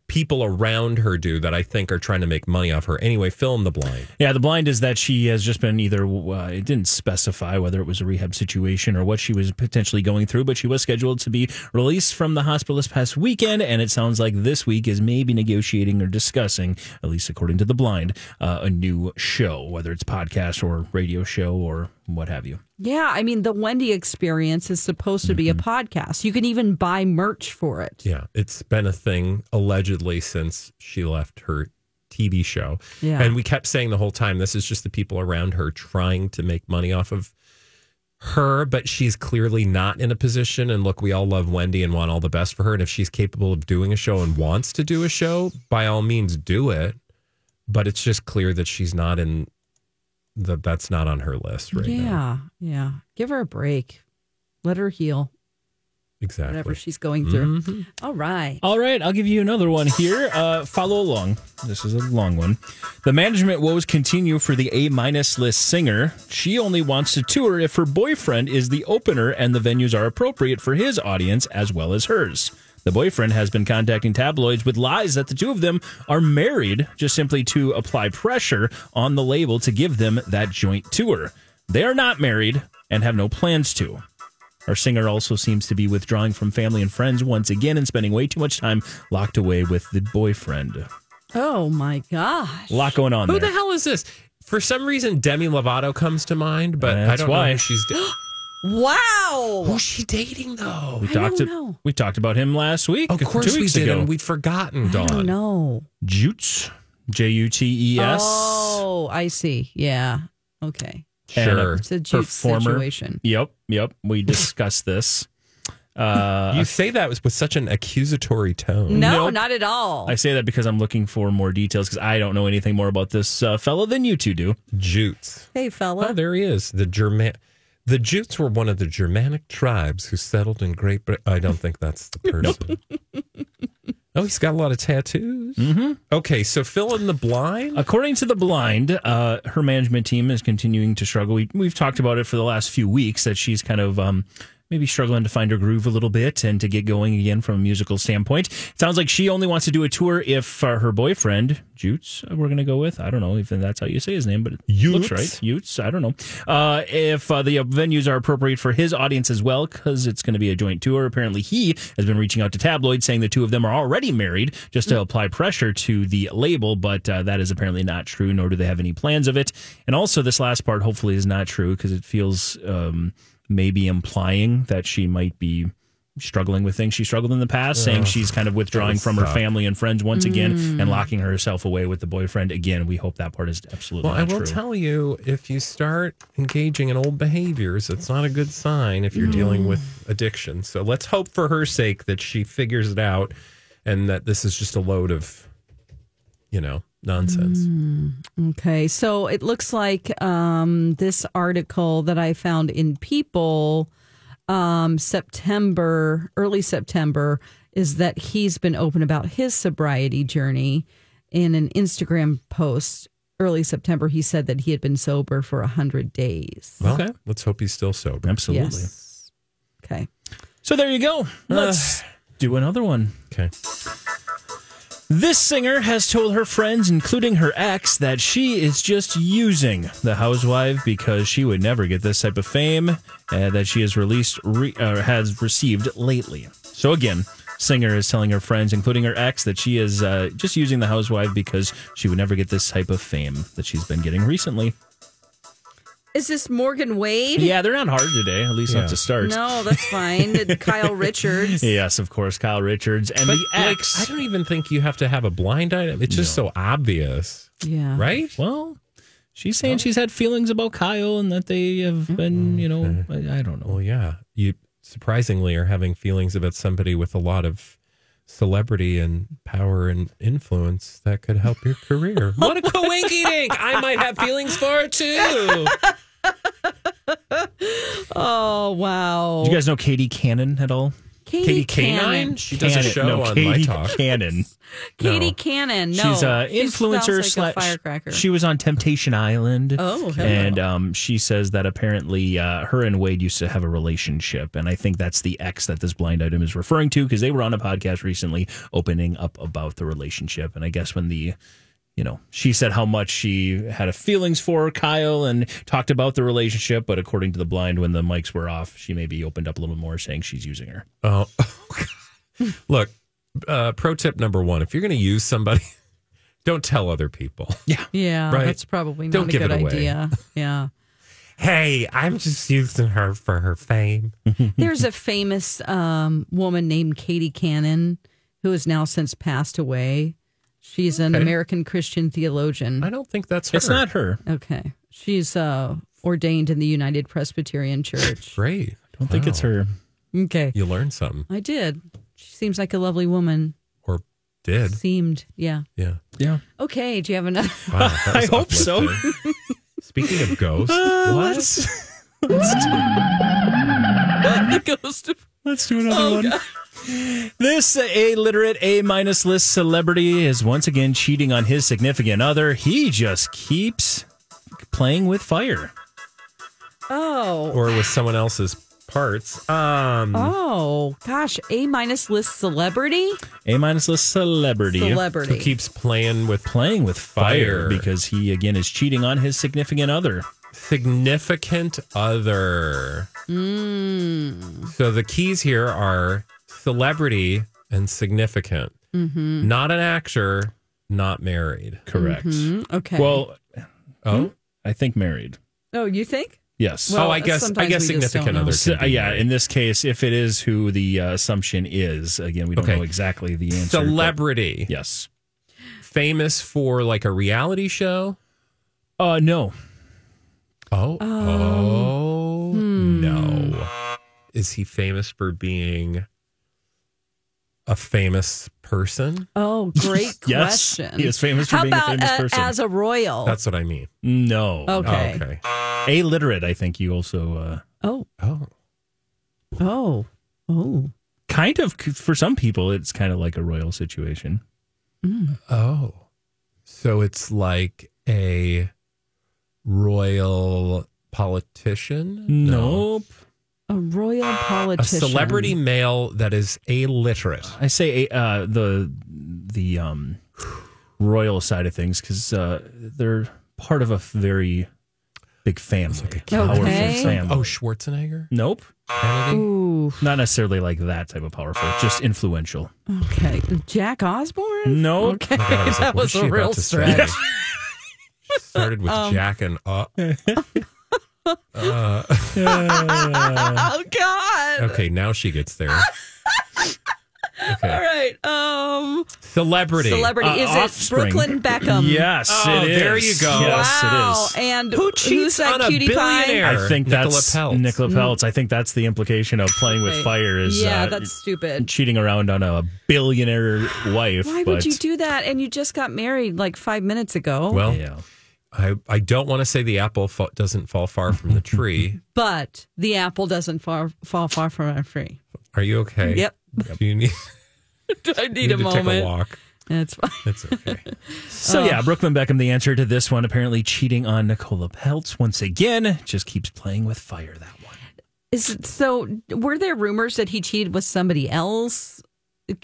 Speaker 4: people around her do that I think are trying to make money off her. Anyway, fill in the blind.
Speaker 2: Yeah, the blind is that she has just been either, uh, it didn't specify whether it was a rehab situation or what she was potentially going through, but she was scheduled to be released from the hospital this past weekend. And it sounds like this week is maybe negotiating or discussing, at least according to the blind, uh, a new show, whether it's podcast or radio show or what have you.
Speaker 3: Yeah, I mean, the Wendy experience is supposed to be a podcast. You can even buy merch for it.
Speaker 4: Mm-hmm. Yeah, it's been a thing allegedly since she left her TV show.
Speaker 3: Yeah.
Speaker 4: And we kept saying the whole time this is just the people around her trying to make money off of her, but she's clearly not in a position. And look, we all love Wendy and want all the best for her. And if she's capable of doing a show and wants to do a show, by all means, do it. But it's just clear that she's not in that that's not on her list right
Speaker 3: yeah,
Speaker 4: now.
Speaker 3: yeah. Give her a break. Let her heal,
Speaker 4: Exactly.
Speaker 3: whatever she's going through.
Speaker 4: Mm-hmm.
Speaker 3: All right.
Speaker 2: All right, I'll give you another one here. Uh, follow along. This is a long one. The management woes continue for the A minus list singer. She only wants to tour if her boyfriend is the opener and the venues are appropriate for his audience as well as hers. The boyfriend has been contacting tabloids with lies that the two of them are married, just simply to apply pressure on the label to give them that joint tour. They are not married and have no plans to. Our singer also seems to be withdrawing from family and friends once again and spending way too much time locked away with the boyfriend.
Speaker 3: Oh my gosh.
Speaker 2: A lot going on
Speaker 4: Who
Speaker 2: there.
Speaker 4: the hell is this? For some reason, Demi Lovato comes to mind, but I
Speaker 2: That's
Speaker 4: don't know
Speaker 2: why.
Speaker 4: who she's. Da-
Speaker 3: Wow.
Speaker 4: Who's she dating though?
Speaker 2: we
Speaker 3: I
Speaker 2: talked
Speaker 3: don't
Speaker 2: a-
Speaker 3: know.
Speaker 2: we talked about him last week.
Speaker 4: Of course
Speaker 2: two
Speaker 4: we
Speaker 2: weeks
Speaker 4: did,
Speaker 2: ago.
Speaker 4: and we'd forgotten.
Speaker 3: I
Speaker 4: Dawn.
Speaker 3: don't know.
Speaker 2: Jutes, J U T E S.
Speaker 3: Oh, I see. Yeah. Okay.
Speaker 2: And a
Speaker 4: Sure.
Speaker 3: It's a juice
Speaker 2: performer.
Speaker 3: situation.
Speaker 2: Yep, yep. We discussed this. Uh,
Speaker 4: you say that with such an accusatory tone.
Speaker 3: No,
Speaker 2: Nope.
Speaker 3: not at all.
Speaker 2: I say that because I'm looking for more details because I don't know anything more about this uh, fella than you two do.
Speaker 4: Jutes.
Speaker 3: hey,
Speaker 4: Oh,
Speaker 3: fella.
Speaker 4: there he is. The German. The Jutes were one of the Germanic tribes who settled in Great Britain. I don't think that's the person. oh, he's got a lot of tattoos. Mm-hmm. Okay, so fill in the blind.
Speaker 2: According to the blind, uh, her management team is continuing to struggle. We, we've talked about it for the last few weeks that she's kind of um, maybe struggling to find her groove a little bit and to get going again from a musical standpoint. It sounds like she only wants to do a tour if uh, her boyfriend Jutes, we're going to go with. I don't know if that's how you say his name, but it looks
Speaker 4: Utes?
Speaker 2: right. Utes, I don't know. Uh, if uh, the venues are appropriate for his audience as well, because it's going to be a joint tour. Apparently, he has been reaching out to tabloids saying the two of them are already married just
Speaker 4: Mm.
Speaker 2: to apply pressure to the label, but uh, that is apparently not true, nor do they have any plans of it. And also, this last part hopefully is not true because it feels um, maybe implying that she might be. Struggling with things she struggled in the past, saying she's kind of
Speaker 4: that
Speaker 2: withdrawing
Speaker 4: Mm.
Speaker 2: from her
Speaker 4: sucks.
Speaker 2: family and friends once again and locking herself away with the boyfriend again. We hope that part is absolutely
Speaker 4: Well, I
Speaker 2: not
Speaker 4: will
Speaker 2: true.
Speaker 4: tell you if you start engaging in old behaviors, it's not a good sign if you're dealing with
Speaker 2: Mm.
Speaker 4: addiction. So let's hope for her sake that she figures it out and that this is just a load of, you know, nonsense.
Speaker 2: Mm.
Speaker 3: Okay. So it looks like um, this article that I found in People, um, September, early September, is that he's been open about his sobriety journey in an Instagram post. Early September, he said that he had been sober for 100 days.
Speaker 4: Well,
Speaker 2: Okay.
Speaker 4: let's hope he's still sober.
Speaker 2: Absolutely.
Speaker 3: Yes. Okay.
Speaker 2: So there you go. Let's do another one.
Speaker 4: Okay.
Speaker 2: This singer has told her friends, including her ex, that she is just using the housewife because she would never get this type of fame uh, that she has released re- uh, has received lately. So again, singer is telling her friends, including her ex, that she is uh, just using the housewife because she would never get this type of fame that she's been getting recently.
Speaker 3: Is this Morgan Wade?
Speaker 2: Yeah, they're not hard today, at least
Speaker 4: Yeah.
Speaker 2: not to start.
Speaker 3: No, that's fine. Kyle Richards.
Speaker 2: Yes, of course, Kyle Richards and
Speaker 4: But
Speaker 2: the
Speaker 4: like,
Speaker 2: ex.
Speaker 4: I don't even think you have to have a blind item. It's just so obvious,
Speaker 3: Yeah.
Speaker 2: Uh-huh.
Speaker 4: right?
Speaker 2: Well, she's saying she's had feelings about Kyle and that they have been, you know, I, I don't know.
Speaker 4: Well, yeah. You surprisingly are having feelings about somebody with a lot of celebrity and power and influence that could help your career. what a coinky dink! I might have feelings for it too.
Speaker 3: Oh, wow. Oh,
Speaker 2: Do you guys know Katie Cannon at all?
Speaker 3: Katie,
Speaker 4: Cannon?
Speaker 3: Cannon.
Speaker 4: She does a
Speaker 2: Cannon-
Speaker 4: show
Speaker 2: no,
Speaker 4: on
Speaker 2: Katie
Speaker 4: My Talk.
Speaker 2: Cannon.
Speaker 3: Katie
Speaker 4: No.
Speaker 3: Cannon. No,
Speaker 2: She's an
Speaker 3: She smells
Speaker 2: influencer
Speaker 3: like
Speaker 2: slash
Speaker 3: a firecracker.
Speaker 2: She was on Temptation Island.
Speaker 3: Oh, hello.
Speaker 2: and um, she says that apparently uh, her and Wade used to have a relationship, and I think that's the ex that this blind item is referring to because they were on a podcast recently opening up about the relationship, and I guess when the you know, she said how much she had a feelings for Kyle and talked about the relationship, but according to the blind, when the mics were off, she maybe opened up a little more, saying she's using her.
Speaker 4: Oh, look. Uh, pro tip number one: If you're going to use somebody, don't tell other people.
Speaker 3: yeah,
Speaker 4: Right.
Speaker 3: that's probably not
Speaker 4: Don't
Speaker 3: a
Speaker 4: give
Speaker 3: good
Speaker 4: it away.
Speaker 3: idea. Yeah.
Speaker 4: Hey, I'm just using her for her fame.
Speaker 3: There's a famous um, woman named Katie Cannon who has now since passed away. She's an
Speaker 4: Okay.
Speaker 3: American Christian theologian.
Speaker 4: I don't think that's her.
Speaker 2: It's not her.
Speaker 3: Okay. She's uh, ordained in the United Presbyterian Church.
Speaker 4: Great. I
Speaker 2: I don't think it's her.
Speaker 3: okay.
Speaker 4: You learned something,
Speaker 3: I did. She seems like a lovely woman.
Speaker 4: or did?
Speaker 3: Seemed, yeah.
Speaker 4: Yeah.
Speaker 2: Yeah.
Speaker 3: Okay. Do you have another?
Speaker 4: Wow, that was
Speaker 2: I hope so.
Speaker 4: uplifting. Speaking of ghosts,
Speaker 2: Let's,
Speaker 3: the ghost of.
Speaker 2: let's do another one. Oh, This A literate A minus list celebrity is once again cheating on his significant other. He just keeps playing with fire.
Speaker 3: Oh.
Speaker 4: or with someone else's parts. Um,
Speaker 3: Oh gosh, A minus list celebrity
Speaker 2: A minus list celebrity.
Speaker 3: celebrity.
Speaker 4: who keeps playing with
Speaker 2: Playing with
Speaker 4: Fire.
Speaker 2: fire, because he again is cheating on his significant other.
Speaker 4: significant other.
Speaker 3: Mm-hmm.
Speaker 4: So the keys here are celebrity and significant. Not an actor, not married.
Speaker 2: Correct.
Speaker 3: Mm, okay.
Speaker 2: Well,
Speaker 4: Oh,
Speaker 2: I think married.
Speaker 3: oh, you think?
Speaker 2: Yes.
Speaker 3: Well,
Speaker 4: oh, I guess I
Speaker 3: sometimes
Speaker 4: guess
Speaker 3: we just
Speaker 4: significant
Speaker 3: don't know.
Speaker 4: other.
Speaker 2: So, uh,
Speaker 4: can be
Speaker 2: yeah,
Speaker 4: married.
Speaker 2: in this case, if it is who the uh, assumption is, again, we don't
Speaker 4: Okay.
Speaker 2: know exactly the answer. but-
Speaker 4: celebrity,
Speaker 2: Yes.
Speaker 4: famous for like a reality show.
Speaker 2: Uh, no.
Speaker 4: Oh, oh no! Is he famous for being a famous person?
Speaker 3: Oh, great
Speaker 2: Yes.
Speaker 3: question.
Speaker 2: He is famous for
Speaker 3: How
Speaker 2: being a
Speaker 3: about uh,
Speaker 2: famous person.
Speaker 3: as a royal?
Speaker 4: That's what I mean.
Speaker 2: No.
Speaker 3: Oh.
Speaker 2: Uh,
Speaker 3: Okay.
Speaker 4: Oh, okay.
Speaker 2: Illiterate, I think you also uh,
Speaker 3: oh,
Speaker 4: Oh,
Speaker 3: oh, oh.
Speaker 2: kind of for some people it's kind of like a royal situation.
Speaker 4: Oh. So it's like a royal politician?
Speaker 2: Nope.
Speaker 3: A royal
Speaker 4: A
Speaker 3: politician.
Speaker 4: celebrity male that is illiterate.
Speaker 2: I say uh, the the um, royal side of things because uh, they're part of a very big family, powerful
Speaker 3: Okay.
Speaker 2: family.
Speaker 4: Oh, Schwarzenegger?
Speaker 2: nope,
Speaker 4: Kennedy?
Speaker 3: Ooh.
Speaker 2: not necessarily like that type of powerful, just influential.
Speaker 3: Okay. Jack Osborne?
Speaker 2: Nope.
Speaker 3: Okay.
Speaker 4: Oh my God, I like,
Speaker 3: that
Speaker 4: what
Speaker 3: was
Speaker 4: is
Speaker 3: a
Speaker 4: she about
Speaker 3: real
Speaker 4: to say?
Speaker 3: stretch.
Speaker 4: She started with
Speaker 3: Um.
Speaker 4: Jack and uh, uh,
Speaker 3: Oh God.
Speaker 4: okay, now she gets there.
Speaker 3: All
Speaker 4: Okay.
Speaker 3: right. Um
Speaker 4: Celebrity.
Speaker 3: celebrity.
Speaker 2: Uh,
Speaker 3: is it
Speaker 2: offspring.
Speaker 3: Brooklyn Beckham?
Speaker 2: Yes,
Speaker 4: Oh,
Speaker 2: it is.
Speaker 4: there you go.
Speaker 2: Yes,
Speaker 3: wow.
Speaker 2: it is.
Speaker 3: And
Speaker 4: Who cheats
Speaker 3: who's that
Speaker 4: on a
Speaker 3: cutie pie?
Speaker 4: billionaire?
Speaker 2: I think
Speaker 4: Nicola
Speaker 2: that's
Speaker 4: Peltz.
Speaker 2: Nicola Peltz. I think that's the implication of playing with
Speaker 3: Mm-hmm. Right.
Speaker 2: fire is
Speaker 3: yeah,
Speaker 2: uh,
Speaker 3: that's stupid.
Speaker 2: cheating around on a billionaire wife.
Speaker 3: Why
Speaker 2: but,
Speaker 3: would you do that? And you just got married like five minutes ago.
Speaker 4: Well,
Speaker 2: Yeah.
Speaker 4: I, I don't want to say the apple fa- doesn't fall far from the tree.
Speaker 3: but the apple doesn't far, fall far from our tree.
Speaker 4: Are you okay?
Speaker 3: Yep.
Speaker 4: Do you need,
Speaker 3: I
Speaker 4: you
Speaker 3: need,
Speaker 4: need
Speaker 3: a
Speaker 4: to take a
Speaker 3: moment.
Speaker 4: walk?
Speaker 3: That's fine.
Speaker 4: It's okay.
Speaker 2: So yeah, Brooklyn Beckham, the answer to this one, apparently cheating on Nicola Peltz once again, just keeps playing with fire. That one.
Speaker 3: Is it, so were there rumors that he cheated with somebody else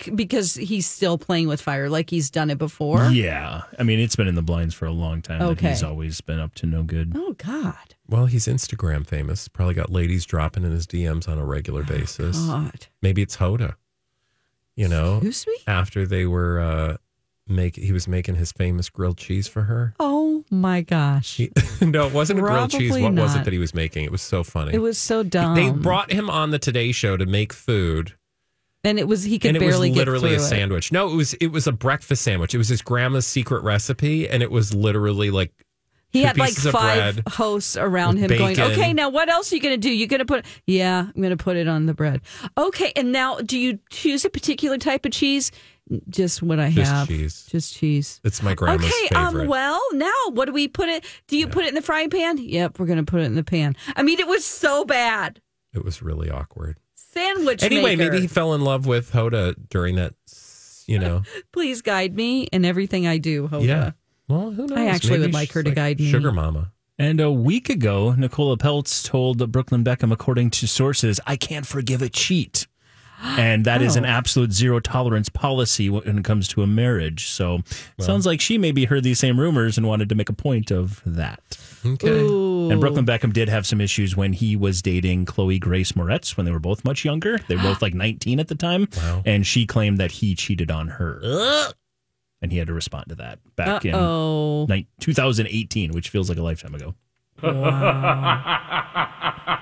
Speaker 3: C- because he's still playing with fire like he's done it before?
Speaker 2: yeah, I mean it's been in the blinds for a long time. That
Speaker 3: Okay.
Speaker 2: he's always been up to no good.
Speaker 3: Oh God.
Speaker 4: Well, he's Instagram famous. Probably got ladies dropping in his DMs on a regular basis.
Speaker 3: Oh, God.
Speaker 4: Maybe it's Hoda. You know,
Speaker 3: Excuse me?
Speaker 4: after they were uh make he was making his famous grilled cheese for her.
Speaker 3: Oh my gosh.
Speaker 4: He, no, it wasn't a grilled cheese.
Speaker 3: Probably
Speaker 4: What was it
Speaker 3: not.
Speaker 4: that he was making? It was so funny.
Speaker 3: It was so dumb.
Speaker 4: They brought him on the Today Show to make food,
Speaker 3: and it was he could
Speaker 4: and it was
Speaker 3: barely
Speaker 4: literally a
Speaker 3: get through it.
Speaker 4: sandwich. No, it was it was a breakfast sandwich. It was his grandma's secret recipe, and it was literally like
Speaker 3: He
Speaker 4: two
Speaker 3: had like
Speaker 4: pieces of
Speaker 3: five
Speaker 4: bread
Speaker 3: hosts around him
Speaker 4: with
Speaker 3: going,
Speaker 4: bacon.
Speaker 3: "Okay, now what else are you going to do? You're going to put Yeah, I'm going to put it on the bread. Okay, and now do you choose a particular type of cheese? Just what I
Speaker 4: Just
Speaker 3: have.
Speaker 4: cheese.
Speaker 3: Just cheese.
Speaker 4: It's my grandma's
Speaker 3: okay,
Speaker 4: favorite.
Speaker 3: um well, now what do we put it? Do you put it in the frying pan? Yep, we're going to put it in the pan. I mean, it was so bad.
Speaker 4: it was really awkward.
Speaker 3: sandwich
Speaker 4: Anyway,
Speaker 3: maker.
Speaker 4: maybe he fell in love with Hoda during that, you know.
Speaker 3: Please guide me in everything I do, Hoda.
Speaker 4: yeah. Well, who knows?
Speaker 3: I actually
Speaker 4: Maybe
Speaker 3: would like
Speaker 4: she's
Speaker 3: her to guide me.
Speaker 4: Sugar Mama.
Speaker 2: And a week ago, Nicola Peltz told Brooklyn Beckham, according to sources, I can't forgive a cheat. And that is an
Speaker 3: Oh.
Speaker 2: absolute zero tolerance policy when it comes to a marriage. So it sounds like she maybe heard these same rumors and wanted to make a point of that.
Speaker 4: Okay.
Speaker 3: Ooh.
Speaker 2: And Brooklyn Beckham did have some issues when he was dating Chloe Grace Moretz when they were both much younger. They were both like 19 at the time.
Speaker 4: Wow.
Speaker 2: And she claimed that he cheated on her. And he had to respond to that back
Speaker 3: Uh-oh.
Speaker 2: in ni- 2018, which feels like a lifetime ago.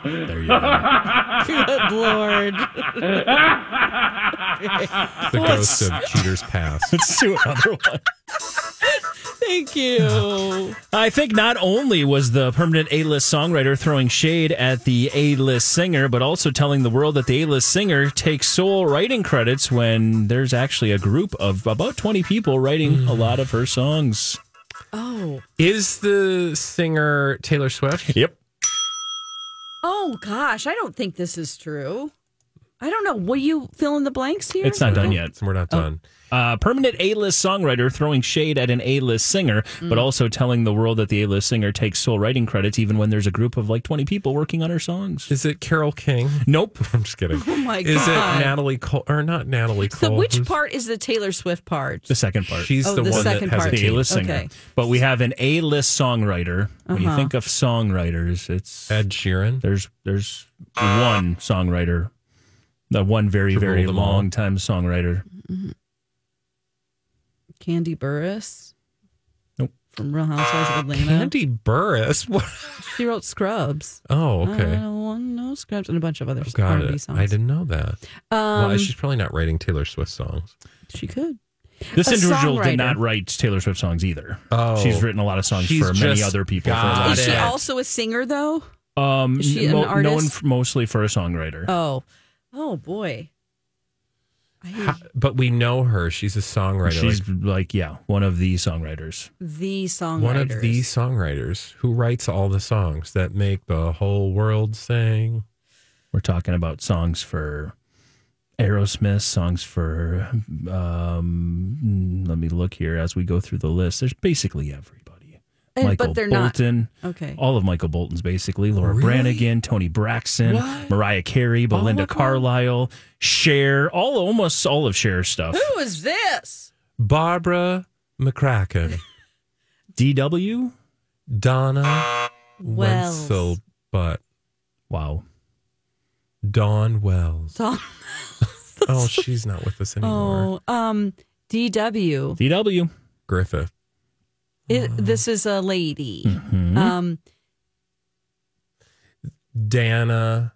Speaker 2: There you go.
Speaker 3: Good lord.
Speaker 4: The ghost of Cheater's Past.
Speaker 2: Let's do another one.
Speaker 3: Thank you.
Speaker 2: I think not only was the permanent A list songwriter throwing shade at the A list singer, but also telling the world that the A list singer takes sole writing credits when there's actually a group of about 20 people writing
Speaker 3: Mm.
Speaker 2: a lot of her songs.
Speaker 3: Oh.
Speaker 4: Is the singer Taylor Swift?
Speaker 2: Yep.
Speaker 3: Oh gosh, I don't think this is true. I don't know. Will you fill in the blanks here?
Speaker 2: It's not done yet.
Speaker 4: We're not
Speaker 3: Oh.
Speaker 4: done.
Speaker 2: Uh, permanent A list songwriter throwing shade at an A list singer,
Speaker 3: Mm.
Speaker 2: but also telling the world that the A list singer takes sole writing credits even when there's a group of like 20 people working on her songs.
Speaker 4: Is it Carol King?
Speaker 2: Nope.
Speaker 4: I'm just kidding.
Speaker 3: Oh my
Speaker 4: Is it
Speaker 3: God.
Speaker 4: Natalie Cole or not Natalie Cole?
Speaker 3: So which
Speaker 4: Who's-
Speaker 3: part is the Taylor Swift part?
Speaker 2: The second part.
Speaker 4: She's
Speaker 3: Oh,
Speaker 4: the,
Speaker 3: the
Speaker 4: one that
Speaker 3: second
Speaker 4: has
Speaker 3: part.
Speaker 4: a
Speaker 2: the
Speaker 4: team.
Speaker 2: A-list singer.
Speaker 3: Okay.
Speaker 2: But we have an A-list songwriter. When you
Speaker 3: Uh-huh.
Speaker 2: think of songwriters, it's
Speaker 4: Ed Sheeran.
Speaker 2: there's there's one songwriter, the one very
Speaker 4: To rule
Speaker 2: very
Speaker 4: them all.
Speaker 2: long time songwriter.
Speaker 3: Candy Burris.
Speaker 2: Nope.
Speaker 3: From Real Housewives of Atlanta.
Speaker 4: Candy Burris. What?
Speaker 3: She wrote Scrubs.
Speaker 4: Oh,
Speaker 3: I
Speaker 4: okay.
Speaker 3: don't want no Scrubs Uh, and a bunch of other
Speaker 4: Got
Speaker 3: R&B
Speaker 4: it.
Speaker 3: songs.
Speaker 4: I didn't know that.
Speaker 3: Um,
Speaker 4: well, she's probably not writing Taylor Swift songs.
Speaker 3: she could.
Speaker 2: This
Speaker 3: A
Speaker 2: individual did
Speaker 3: songwriter.
Speaker 2: not write Taylor Swift songs either.
Speaker 4: Oh.
Speaker 2: she's written a lot of songs
Speaker 4: She's
Speaker 2: for many
Speaker 4: just
Speaker 2: other people. For a
Speaker 4: got
Speaker 2: long
Speaker 3: Is she
Speaker 4: it.
Speaker 2: time.
Speaker 3: also a singer though?
Speaker 2: um,
Speaker 3: Is she an
Speaker 2: known
Speaker 3: artist?
Speaker 2: f- mostly for a songwriter.
Speaker 3: Oh. Oh boy. I,
Speaker 4: But we know her. She's a songwriter.
Speaker 2: she's
Speaker 4: like,
Speaker 2: like, yeah, one of the songwriters.
Speaker 3: the songwriters.
Speaker 4: one of the songwriters who writes all the songs that make the whole world sing.
Speaker 2: We're talking about songs for Aerosmith, songs for. Um, mm, let me look here as we go through the list. There's basically everybody.
Speaker 3: And-
Speaker 2: Michael
Speaker 3: but they're not
Speaker 2: Bolton,
Speaker 3: okay.
Speaker 4: Oh.
Speaker 2: all of Michael Bolton's basically Laura
Speaker 4: Really?
Speaker 2: Branigan, Tony Braxton,
Speaker 4: What?
Speaker 2: Mariah Carey, Belinda
Speaker 4: of them?
Speaker 2: Carlisle, Cher, all almost all of Cher's stuff.
Speaker 3: Who is this?
Speaker 4: Barbara McCracken,
Speaker 2: DW,
Speaker 4: Donna
Speaker 3: Wells.
Speaker 4: Wenzel, but
Speaker 2: wow,
Speaker 4: Dawn Wells.
Speaker 3: Song-
Speaker 4: Oh, she's not with us anymore.
Speaker 3: Oh, um, DW.
Speaker 2: DW,
Speaker 4: Griffith. Uh.
Speaker 3: It, this is a lady.
Speaker 4: Mm-hmm.
Speaker 3: Um,
Speaker 4: Dana,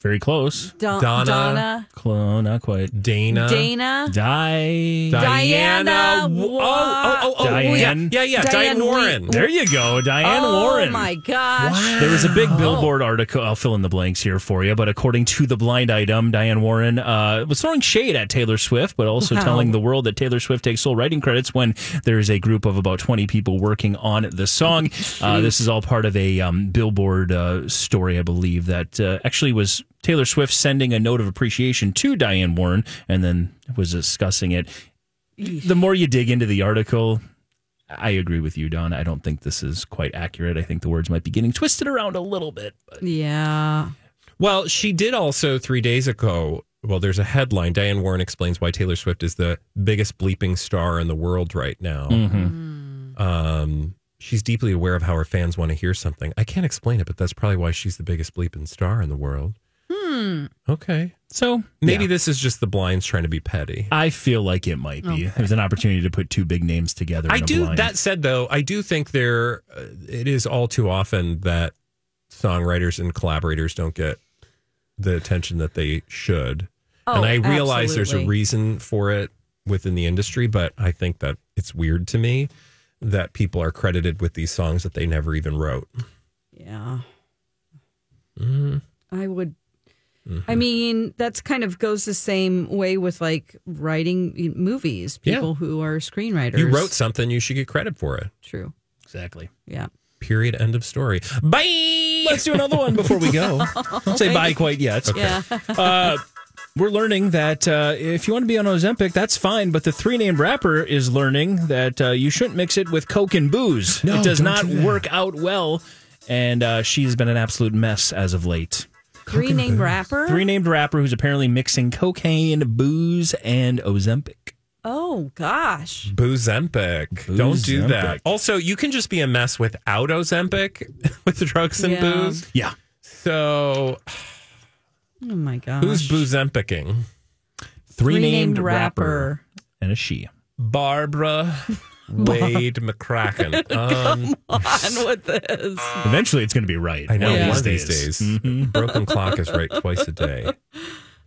Speaker 2: very close.
Speaker 3: Don-
Speaker 4: Donna.
Speaker 3: Donna,
Speaker 2: Clone, not quite.
Speaker 4: Dana,
Speaker 3: Dana,
Speaker 2: Die.
Speaker 3: Diana
Speaker 4: Diana. Wa-
Speaker 3: Wa-
Speaker 4: oh, oh, oh, oh,
Speaker 2: Diane.
Speaker 4: yeah, yeah, yeah. Diane,
Speaker 3: Diane
Speaker 4: Warren.
Speaker 3: Wheat.
Speaker 2: There you go, Diane
Speaker 3: oh
Speaker 2: Warren.
Speaker 3: my gosh!
Speaker 2: There was a big Billboard article. I'll fill in the blanks here for you. But according to the blind item, Diane Warren uh, was throwing shade at Taylor Swift, but also
Speaker 3: Wow.
Speaker 2: telling the world that Taylor Swift takes sole writing credits when there is a group of about 20 people working on the song. Uh, this is all part of a um, Billboard uh, story, I believe, that uh, actually was Taylor Swift sending a note of appreciation to Diane Warren and then was discussing it. The more you dig into the article, I agree with you, Don. I don't think this is quite accurate. I think the words might be getting twisted around a little bit. But
Speaker 3: Yeah.
Speaker 4: Well, she did also three days ago. Well, there's a headline. Diane Warren explains why Taylor Swift is the biggest bleeping star in the world right now.
Speaker 2: Hmm. Mm-hmm.
Speaker 4: Um, she's deeply aware of how her fans want to hear something. I can't explain it, but that's probably why she's the biggest bleeping star in the world. Hmm. Okay.
Speaker 2: so
Speaker 4: Maybe
Speaker 2: maybe
Speaker 4: this is just the blinds trying to be petty.
Speaker 2: I feel like it might be. There's an opportunity to put two big names together.
Speaker 4: I
Speaker 2: in a
Speaker 4: do.
Speaker 2: blind.
Speaker 4: That said, though, I do think there uh, it is all too often that songwriters and collaborators don't get the attention that they should.
Speaker 3: Oh,
Speaker 4: and I realize there's a
Speaker 3: absolutely.
Speaker 4: reason for it within the industry, but I think that it's weird to me that people are credited with these songs that they never even wrote.
Speaker 3: Yeah.
Speaker 4: Mm-hmm.
Speaker 3: I would. I mean, that's kind of goes the same way with like writing movies.
Speaker 4: Yeah.
Speaker 3: People who are screenwriters.
Speaker 4: You wrote something, you should get credit for it.
Speaker 3: True.
Speaker 2: exactly.
Speaker 3: Yeah.
Speaker 4: Period. End of story. Bye.
Speaker 2: Let's do another one before we go. Don't say bye quite yet.
Speaker 3: Yeah.
Speaker 2: Uh, we're learning that uh, if you want to be on Ozempic, that's fine. But the three named rapper is learning that uh, you shouldn't mix it with Coke and booze.
Speaker 4: No,
Speaker 2: it does
Speaker 4: don't
Speaker 2: not
Speaker 4: do that.
Speaker 2: work out well. And uh, she's been an absolute mess as of late.
Speaker 3: Three name rapper.
Speaker 2: Three named rapper who's apparently mixing cocaine, booze, and Ozempic.
Speaker 3: Oh gosh.
Speaker 4: Boozempic. Don't do
Speaker 2: Boozempic.
Speaker 4: that. Also, you can just be a mess without Ozempic with the drugs and
Speaker 3: Yeah.
Speaker 4: booze.
Speaker 2: Yeah.
Speaker 4: So
Speaker 3: Oh my gosh.
Speaker 4: who's Boozempicing?
Speaker 2: Three,
Speaker 3: Three
Speaker 2: named,
Speaker 3: named rapper.
Speaker 2: rapper. And a she.
Speaker 4: Barbara Wade McCracken. Um,
Speaker 3: on with this?
Speaker 2: Eventually, it's going to be right.
Speaker 4: I know
Speaker 3: Yeah.
Speaker 4: one of these Mm-hmm. days.
Speaker 2: Mm-hmm.
Speaker 4: Broken clock is right twice a day.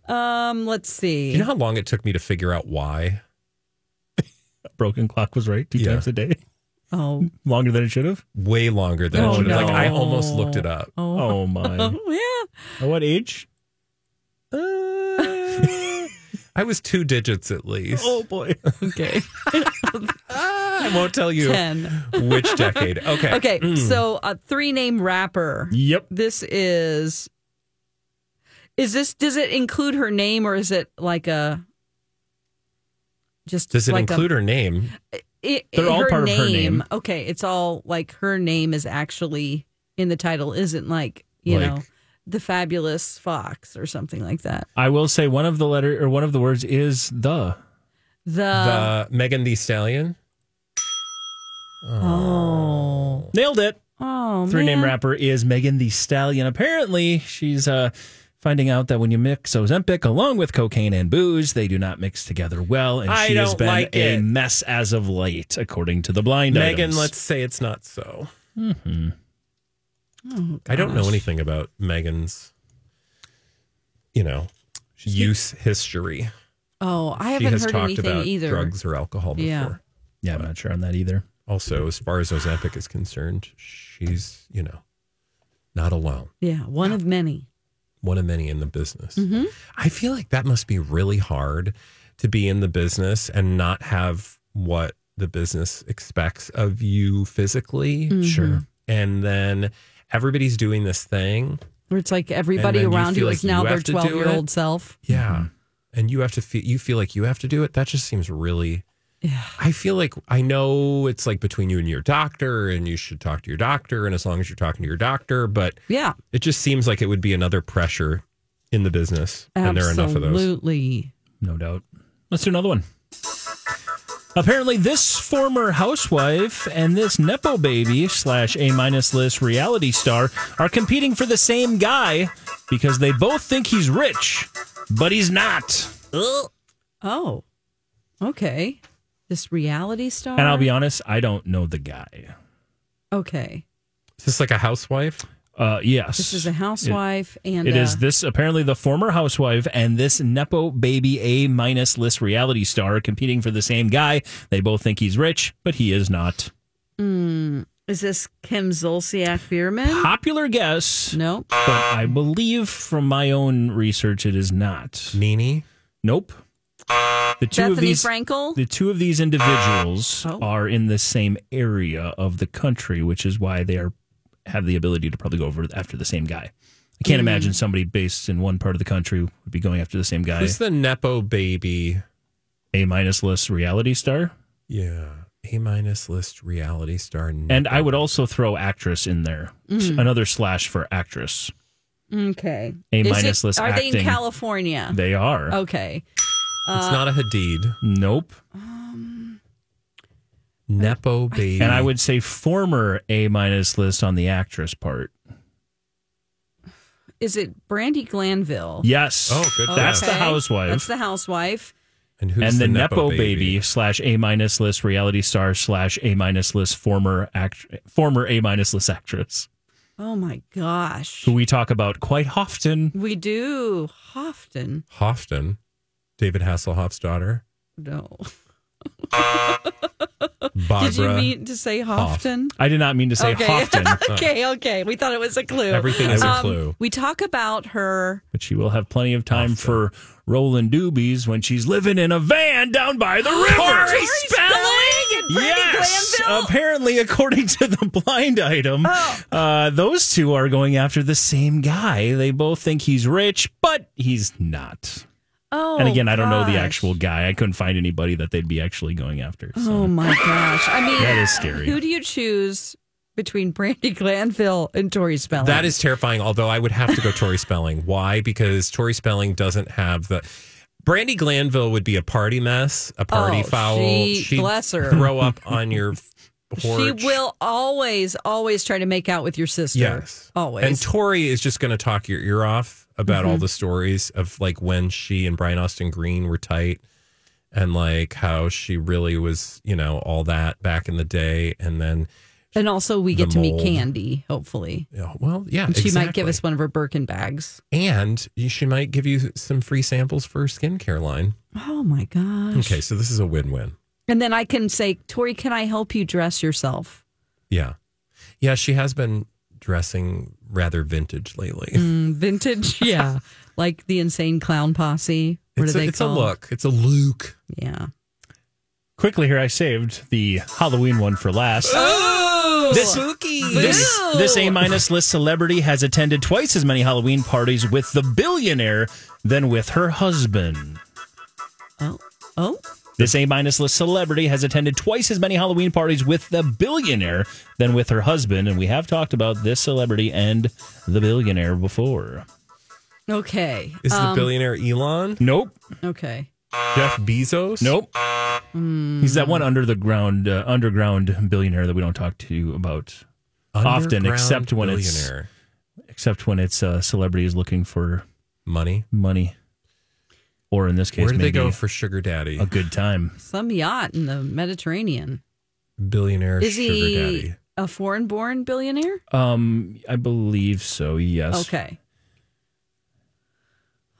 Speaker 3: Um, let's see.
Speaker 4: You know how long it took me to figure out why?
Speaker 2: Broken clock was right two
Speaker 4: Yeah.
Speaker 2: times a day.
Speaker 3: oh,
Speaker 2: Longer than it should have.
Speaker 4: Way longer than
Speaker 3: Oh,
Speaker 4: it should have. Like I
Speaker 3: no.
Speaker 4: almost looked it up.
Speaker 3: oh,
Speaker 2: Oh, my.
Speaker 3: oh,
Speaker 2: At what age?
Speaker 4: Uh, I was two digits at least.
Speaker 2: Oh, boy.
Speaker 3: yeah. Okay.
Speaker 4: Ah, I won't tell you
Speaker 3: Ten.
Speaker 4: which decade. Okay.
Speaker 3: Okay.
Speaker 4: Mm.
Speaker 3: So a three name rapper.
Speaker 2: Yep.
Speaker 3: This is. Is this? Does it include her name, or is it like a? Just
Speaker 4: Does it
Speaker 3: like um, a-
Speaker 4: include her name?
Speaker 3: it,
Speaker 2: They're all part of her name.
Speaker 3: Okay, it's all like her name is actually in the title, isn't like you
Speaker 4: Like-
Speaker 3: know the fabulous fox or something like that.
Speaker 2: I will say one of the letter or one of the words is the.
Speaker 3: The,
Speaker 4: the Megan the Stallion?
Speaker 3: oh
Speaker 2: Nailed it.
Speaker 3: oh
Speaker 2: Three name
Speaker 3: man.
Speaker 2: rapper is Megan the Stallion. Apparently, she's uh, finding out that when you mix Ozempic along with cocaine and booze, they do not mix together well, and
Speaker 4: I
Speaker 2: she has
Speaker 4: don't
Speaker 2: been
Speaker 4: like
Speaker 2: a
Speaker 4: it.
Speaker 2: mess as of late, according to the blind.
Speaker 4: Megan,
Speaker 2: items.
Speaker 4: let's say it's not so.
Speaker 3: Mm-hmm. Oh,
Speaker 4: I don't know
Speaker 3: gosh.
Speaker 4: anything about Megan's, you know, use history.
Speaker 3: Oh, I
Speaker 4: She
Speaker 3: haven't
Speaker 4: has
Speaker 3: heard
Speaker 4: talked
Speaker 3: anything
Speaker 4: about
Speaker 3: either.
Speaker 4: drugs or alcohol before.
Speaker 3: Yeah.
Speaker 2: Yeah, I'm not sure on that either.
Speaker 4: Also, as far as Ozempic is concerned, she's, you know, not alone.
Speaker 3: Yeah, one of many.
Speaker 4: One of many in the business. I feel like that must be really hard to be in the business and not have what the business expects of you physically. Sure. And then everybody's doing this thing.
Speaker 3: Where it's like everybody
Speaker 4: then you
Speaker 3: around you
Speaker 4: feel
Speaker 3: is
Speaker 4: like
Speaker 3: now
Speaker 4: you
Speaker 3: their
Speaker 4: have to do
Speaker 3: twelve year old self.
Speaker 4: Yeah. And you have to feel you feel like you have to do it. That just seems really
Speaker 3: Yeah.
Speaker 4: I feel like I know it's like between you and your doctor and you should talk to your doctor and as long as you're talking to your doctor, but
Speaker 3: Yeah,
Speaker 4: it just seems like it would be another pressure in the business and there are enough of those.
Speaker 3: absolutely.
Speaker 2: No doubt. Let's do another one. Apparently, this former housewife and this Nepo baby slash A minus list reality star are competing for the same guy because they both think he's rich, but he's not.
Speaker 3: Oh, okay. This reality star.
Speaker 2: And I'll be honest, I don't know the guy.
Speaker 3: Okay,
Speaker 4: Is this like a housewife?
Speaker 2: Uh, yes.
Speaker 3: this is a housewife, and
Speaker 2: It
Speaker 3: uh,
Speaker 2: is this apparently the former housewife and this nepo baby A minus list reality star competing for the same guy. They both think he's rich, but he is not.
Speaker 3: Is this Kim Zolciak Bierman?
Speaker 2: Popular guess,
Speaker 3: No.
Speaker 2: but I believe from my own research it is not.
Speaker 4: Nene?
Speaker 2: Nope. The two of
Speaker 3: Bethany
Speaker 2: these
Speaker 3: Frankel?
Speaker 2: the two of these individuals
Speaker 3: Oh.
Speaker 2: are in the same area of the country, which is why they are have the ability to probably go over after the same guy. I can't imagine somebody based in one part of the country would be going after the same guy.
Speaker 4: Who's the Nepo baby?
Speaker 2: A minus list reality star.
Speaker 4: Yeah. A minus list reality star.
Speaker 2: And
Speaker 4: Nepo.
Speaker 2: I would also throw actress in there. Another slash for actress.
Speaker 3: Okay.
Speaker 2: A
Speaker 3: Is
Speaker 2: minus
Speaker 3: it-
Speaker 2: list
Speaker 3: Are they
Speaker 2: acting.
Speaker 3: in California?
Speaker 2: They are.
Speaker 3: Okay.
Speaker 4: it's not a Hadid.
Speaker 2: Nope.
Speaker 4: Nepo baby.
Speaker 2: And I would say former A minus list on the actress part.
Speaker 3: Is it Brandy Glanville?
Speaker 2: Yes.
Speaker 4: Oh, good
Speaker 2: That's
Speaker 4: guess.
Speaker 2: the housewife.
Speaker 3: That's the housewife.
Speaker 4: And who's
Speaker 2: and the, Nepo, baby, slash A minus list reality star slash A minus list former act- former A minus list actress
Speaker 3: Oh my gosh.
Speaker 2: who we talk about quite often.
Speaker 3: We do Hofton.
Speaker 4: Hofton, David Hasselhoff's daughter.
Speaker 3: No.
Speaker 4: Barbara.
Speaker 3: Did you mean to say Hofton?
Speaker 2: I did not mean to say
Speaker 3: okay.
Speaker 2: Hofton,
Speaker 3: okay, okay. We thought it was a clue.
Speaker 4: Everything is a
Speaker 3: Um,
Speaker 4: clue.
Speaker 3: We talk about her.
Speaker 2: but she will have plenty of time for rolling doobies when she's living in a van down by the river.
Speaker 3: Tori Spelling and Brady
Speaker 2: Yes,
Speaker 3: Glanville. Oh.
Speaker 2: apparently, according to the blind item, uh, those two are going after the same guy. They both think he's rich, but he's not.
Speaker 3: oh,
Speaker 2: and again, I don't know the
Speaker 3: gosh.
Speaker 2: actual guy. I couldn't find anybody that they'd be actually going after. So
Speaker 3: Oh my gosh! I mean,
Speaker 2: that is scary.
Speaker 3: who do you choose between Brandy Glanville and Tori Spelling?
Speaker 4: That is terrifying. Although I would have to go Tori Spelling. Why? Because Tori Spelling doesn't have the. Brandy Glanville would be a party mess, a party
Speaker 3: Oh,
Speaker 4: foul.
Speaker 3: she-
Speaker 4: She'd
Speaker 3: bless her.
Speaker 4: Throw up on your
Speaker 3: She
Speaker 4: porch.
Speaker 3: will always, always try to make out with your sister.
Speaker 4: Yes.
Speaker 3: always. Mm-hmm.
Speaker 4: And Tori is just going to talk your ear off about all the stories of like when she and Brian Austin Green were tight and like how she really was, you know, all that back in the day. And then,
Speaker 3: And also, we
Speaker 4: The
Speaker 3: get to meet
Speaker 4: mold.
Speaker 3: Candy. Hopefully,
Speaker 4: you know, well, yeah.
Speaker 3: and she might give
Speaker 4: exactly.
Speaker 3: us one of her Birkin bags.
Speaker 4: And she might give you some free samples for her skincare line.
Speaker 3: Oh my gosh!
Speaker 4: Okay. So this is a win win.
Speaker 3: And then I can say, Tori, can I help you dress yourself?
Speaker 4: Yeah. Yeah. She has been dressing rather vintage lately.
Speaker 3: Mm, vintage, yeah, like the insane clown posse. What
Speaker 4: it's
Speaker 3: are
Speaker 4: a,
Speaker 3: they
Speaker 4: it's a
Speaker 3: called?
Speaker 4: look. It's a look.
Speaker 3: Yeah.
Speaker 2: Quickly here, I saved the Halloween one for last.
Speaker 3: Oh,
Speaker 2: This- This,
Speaker 3: Boo!
Speaker 2: this A minus list celebrity has attended twice as many Halloween parties with the billionaire than with her husband.
Speaker 3: oh, oh,
Speaker 2: This A minus list celebrity has attended twice as many Halloween parties with the billionaire than with her husband, and we have talked about this celebrity and the billionaire before.
Speaker 3: okay,
Speaker 4: Is
Speaker 3: Um,
Speaker 4: the billionaire Elon?
Speaker 2: Nope.
Speaker 3: okay.
Speaker 4: Jeff Bezos?
Speaker 2: Nope.
Speaker 3: Hmm.
Speaker 2: He's that one under the ground, uh, underground billionaire that we don't talk to about, Often, except when it's-
Speaker 4: billionaire.
Speaker 2: except when it's a celebrity is looking for
Speaker 4: money.
Speaker 2: money, or in this case,
Speaker 4: Where do they
Speaker 2: maybe
Speaker 4: go for sugar daddy?
Speaker 2: a good time.
Speaker 3: Some yacht in the Mediterranean.
Speaker 4: billionaire
Speaker 3: Is
Speaker 4: sugar
Speaker 3: he
Speaker 4: daddy.
Speaker 3: a foreign-born billionaire?
Speaker 2: Um, I believe so. Yes.
Speaker 3: Okay.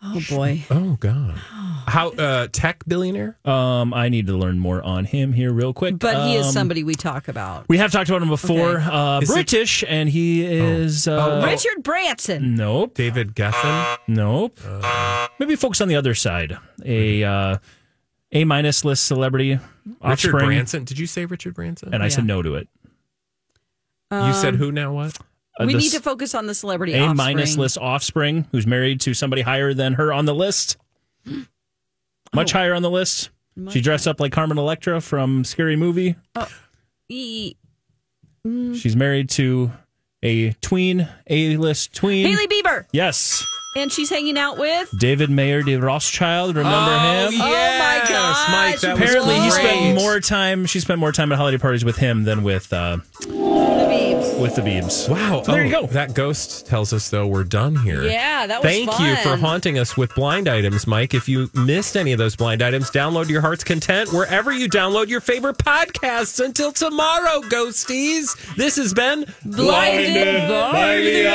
Speaker 3: Oh boy.
Speaker 4: Oh god. How uh tech billionaire?
Speaker 2: Um, I need to learn more on him here real quick.
Speaker 3: But he is
Speaker 2: Um,
Speaker 3: somebody we talk about.
Speaker 2: We have talked about him before.
Speaker 3: Okay.
Speaker 2: Uh,
Speaker 4: Is it-
Speaker 2: British, and he is. Uh,
Speaker 4: Oh.
Speaker 3: Richard Branson.
Speaker 2: Nope.
Speaker 4: David Geffen?
Speaker 2: Nope.
Speaker 4: Uh.
Speaker 2: Maybe focus on the other side. A uh, A minus list celebrity.
Speaker 4: Richard
Speaker 2: offspring,
Speaker 4: Branson? Did you say Richard Branson?
Speaker 2: And I said
Speaker 3: Yeah.
Speaker 2: no to it.
Speaker 4: you said who now what?
Speaker 2: Uh,
Speaker 3: we
Speaker 2: the
Speaker 3: need
Speaker 2: s-
Speaker 3: to focus on the celebrity.
Speaker 2: A
Speaker 3: offspring.
Speaker 2: minus list offspring who's married to somebody higher than her on the list.
Speaker 3: Oh.
Speaker 2: Much higher on the list. She dressed up like Carmen Electra from Scary Movie.
Speaker 3: E- Mm.
Speaker 2: She's married to a tween, A list tween.
Speaker 3: Haley Bieber,
Speaker 2: Yes.
Speaker 3: and she's hanging out with.
Speaker 2: David Mayer de Rothschild. Remember
Speaker 4: Oh,
Speaker 2: him?
Speaker 3: my
Speaker 4: yes,
Speaker 3: gosh.
Speaker 4: Mike, that was
Speaker 2: Apparently, he
Speaker 3: Whoa.
Speaker 2: spent
Speaker 4: great.
Speaker 2: more time. She spent more time at holiday parties with him than with uh, with the Beebs.
Speaker 4: Wow.
Speaker 2: So there
Speaker 4: Oh,
Speaker 2: you go.
Speaker 4: That ghost tells us, though, we're done here.
Speaker 3: Yeah, that was
Speaker 4: Thank you for
Speaker 3: fun.
Speaker 4: haunting us with blind items, Mike. If you missed any of those blind items, download your heart's content wherever you download your favorite podcasts. Until tomorrow, ghosties, this has been
Speaker 3: Blinded by the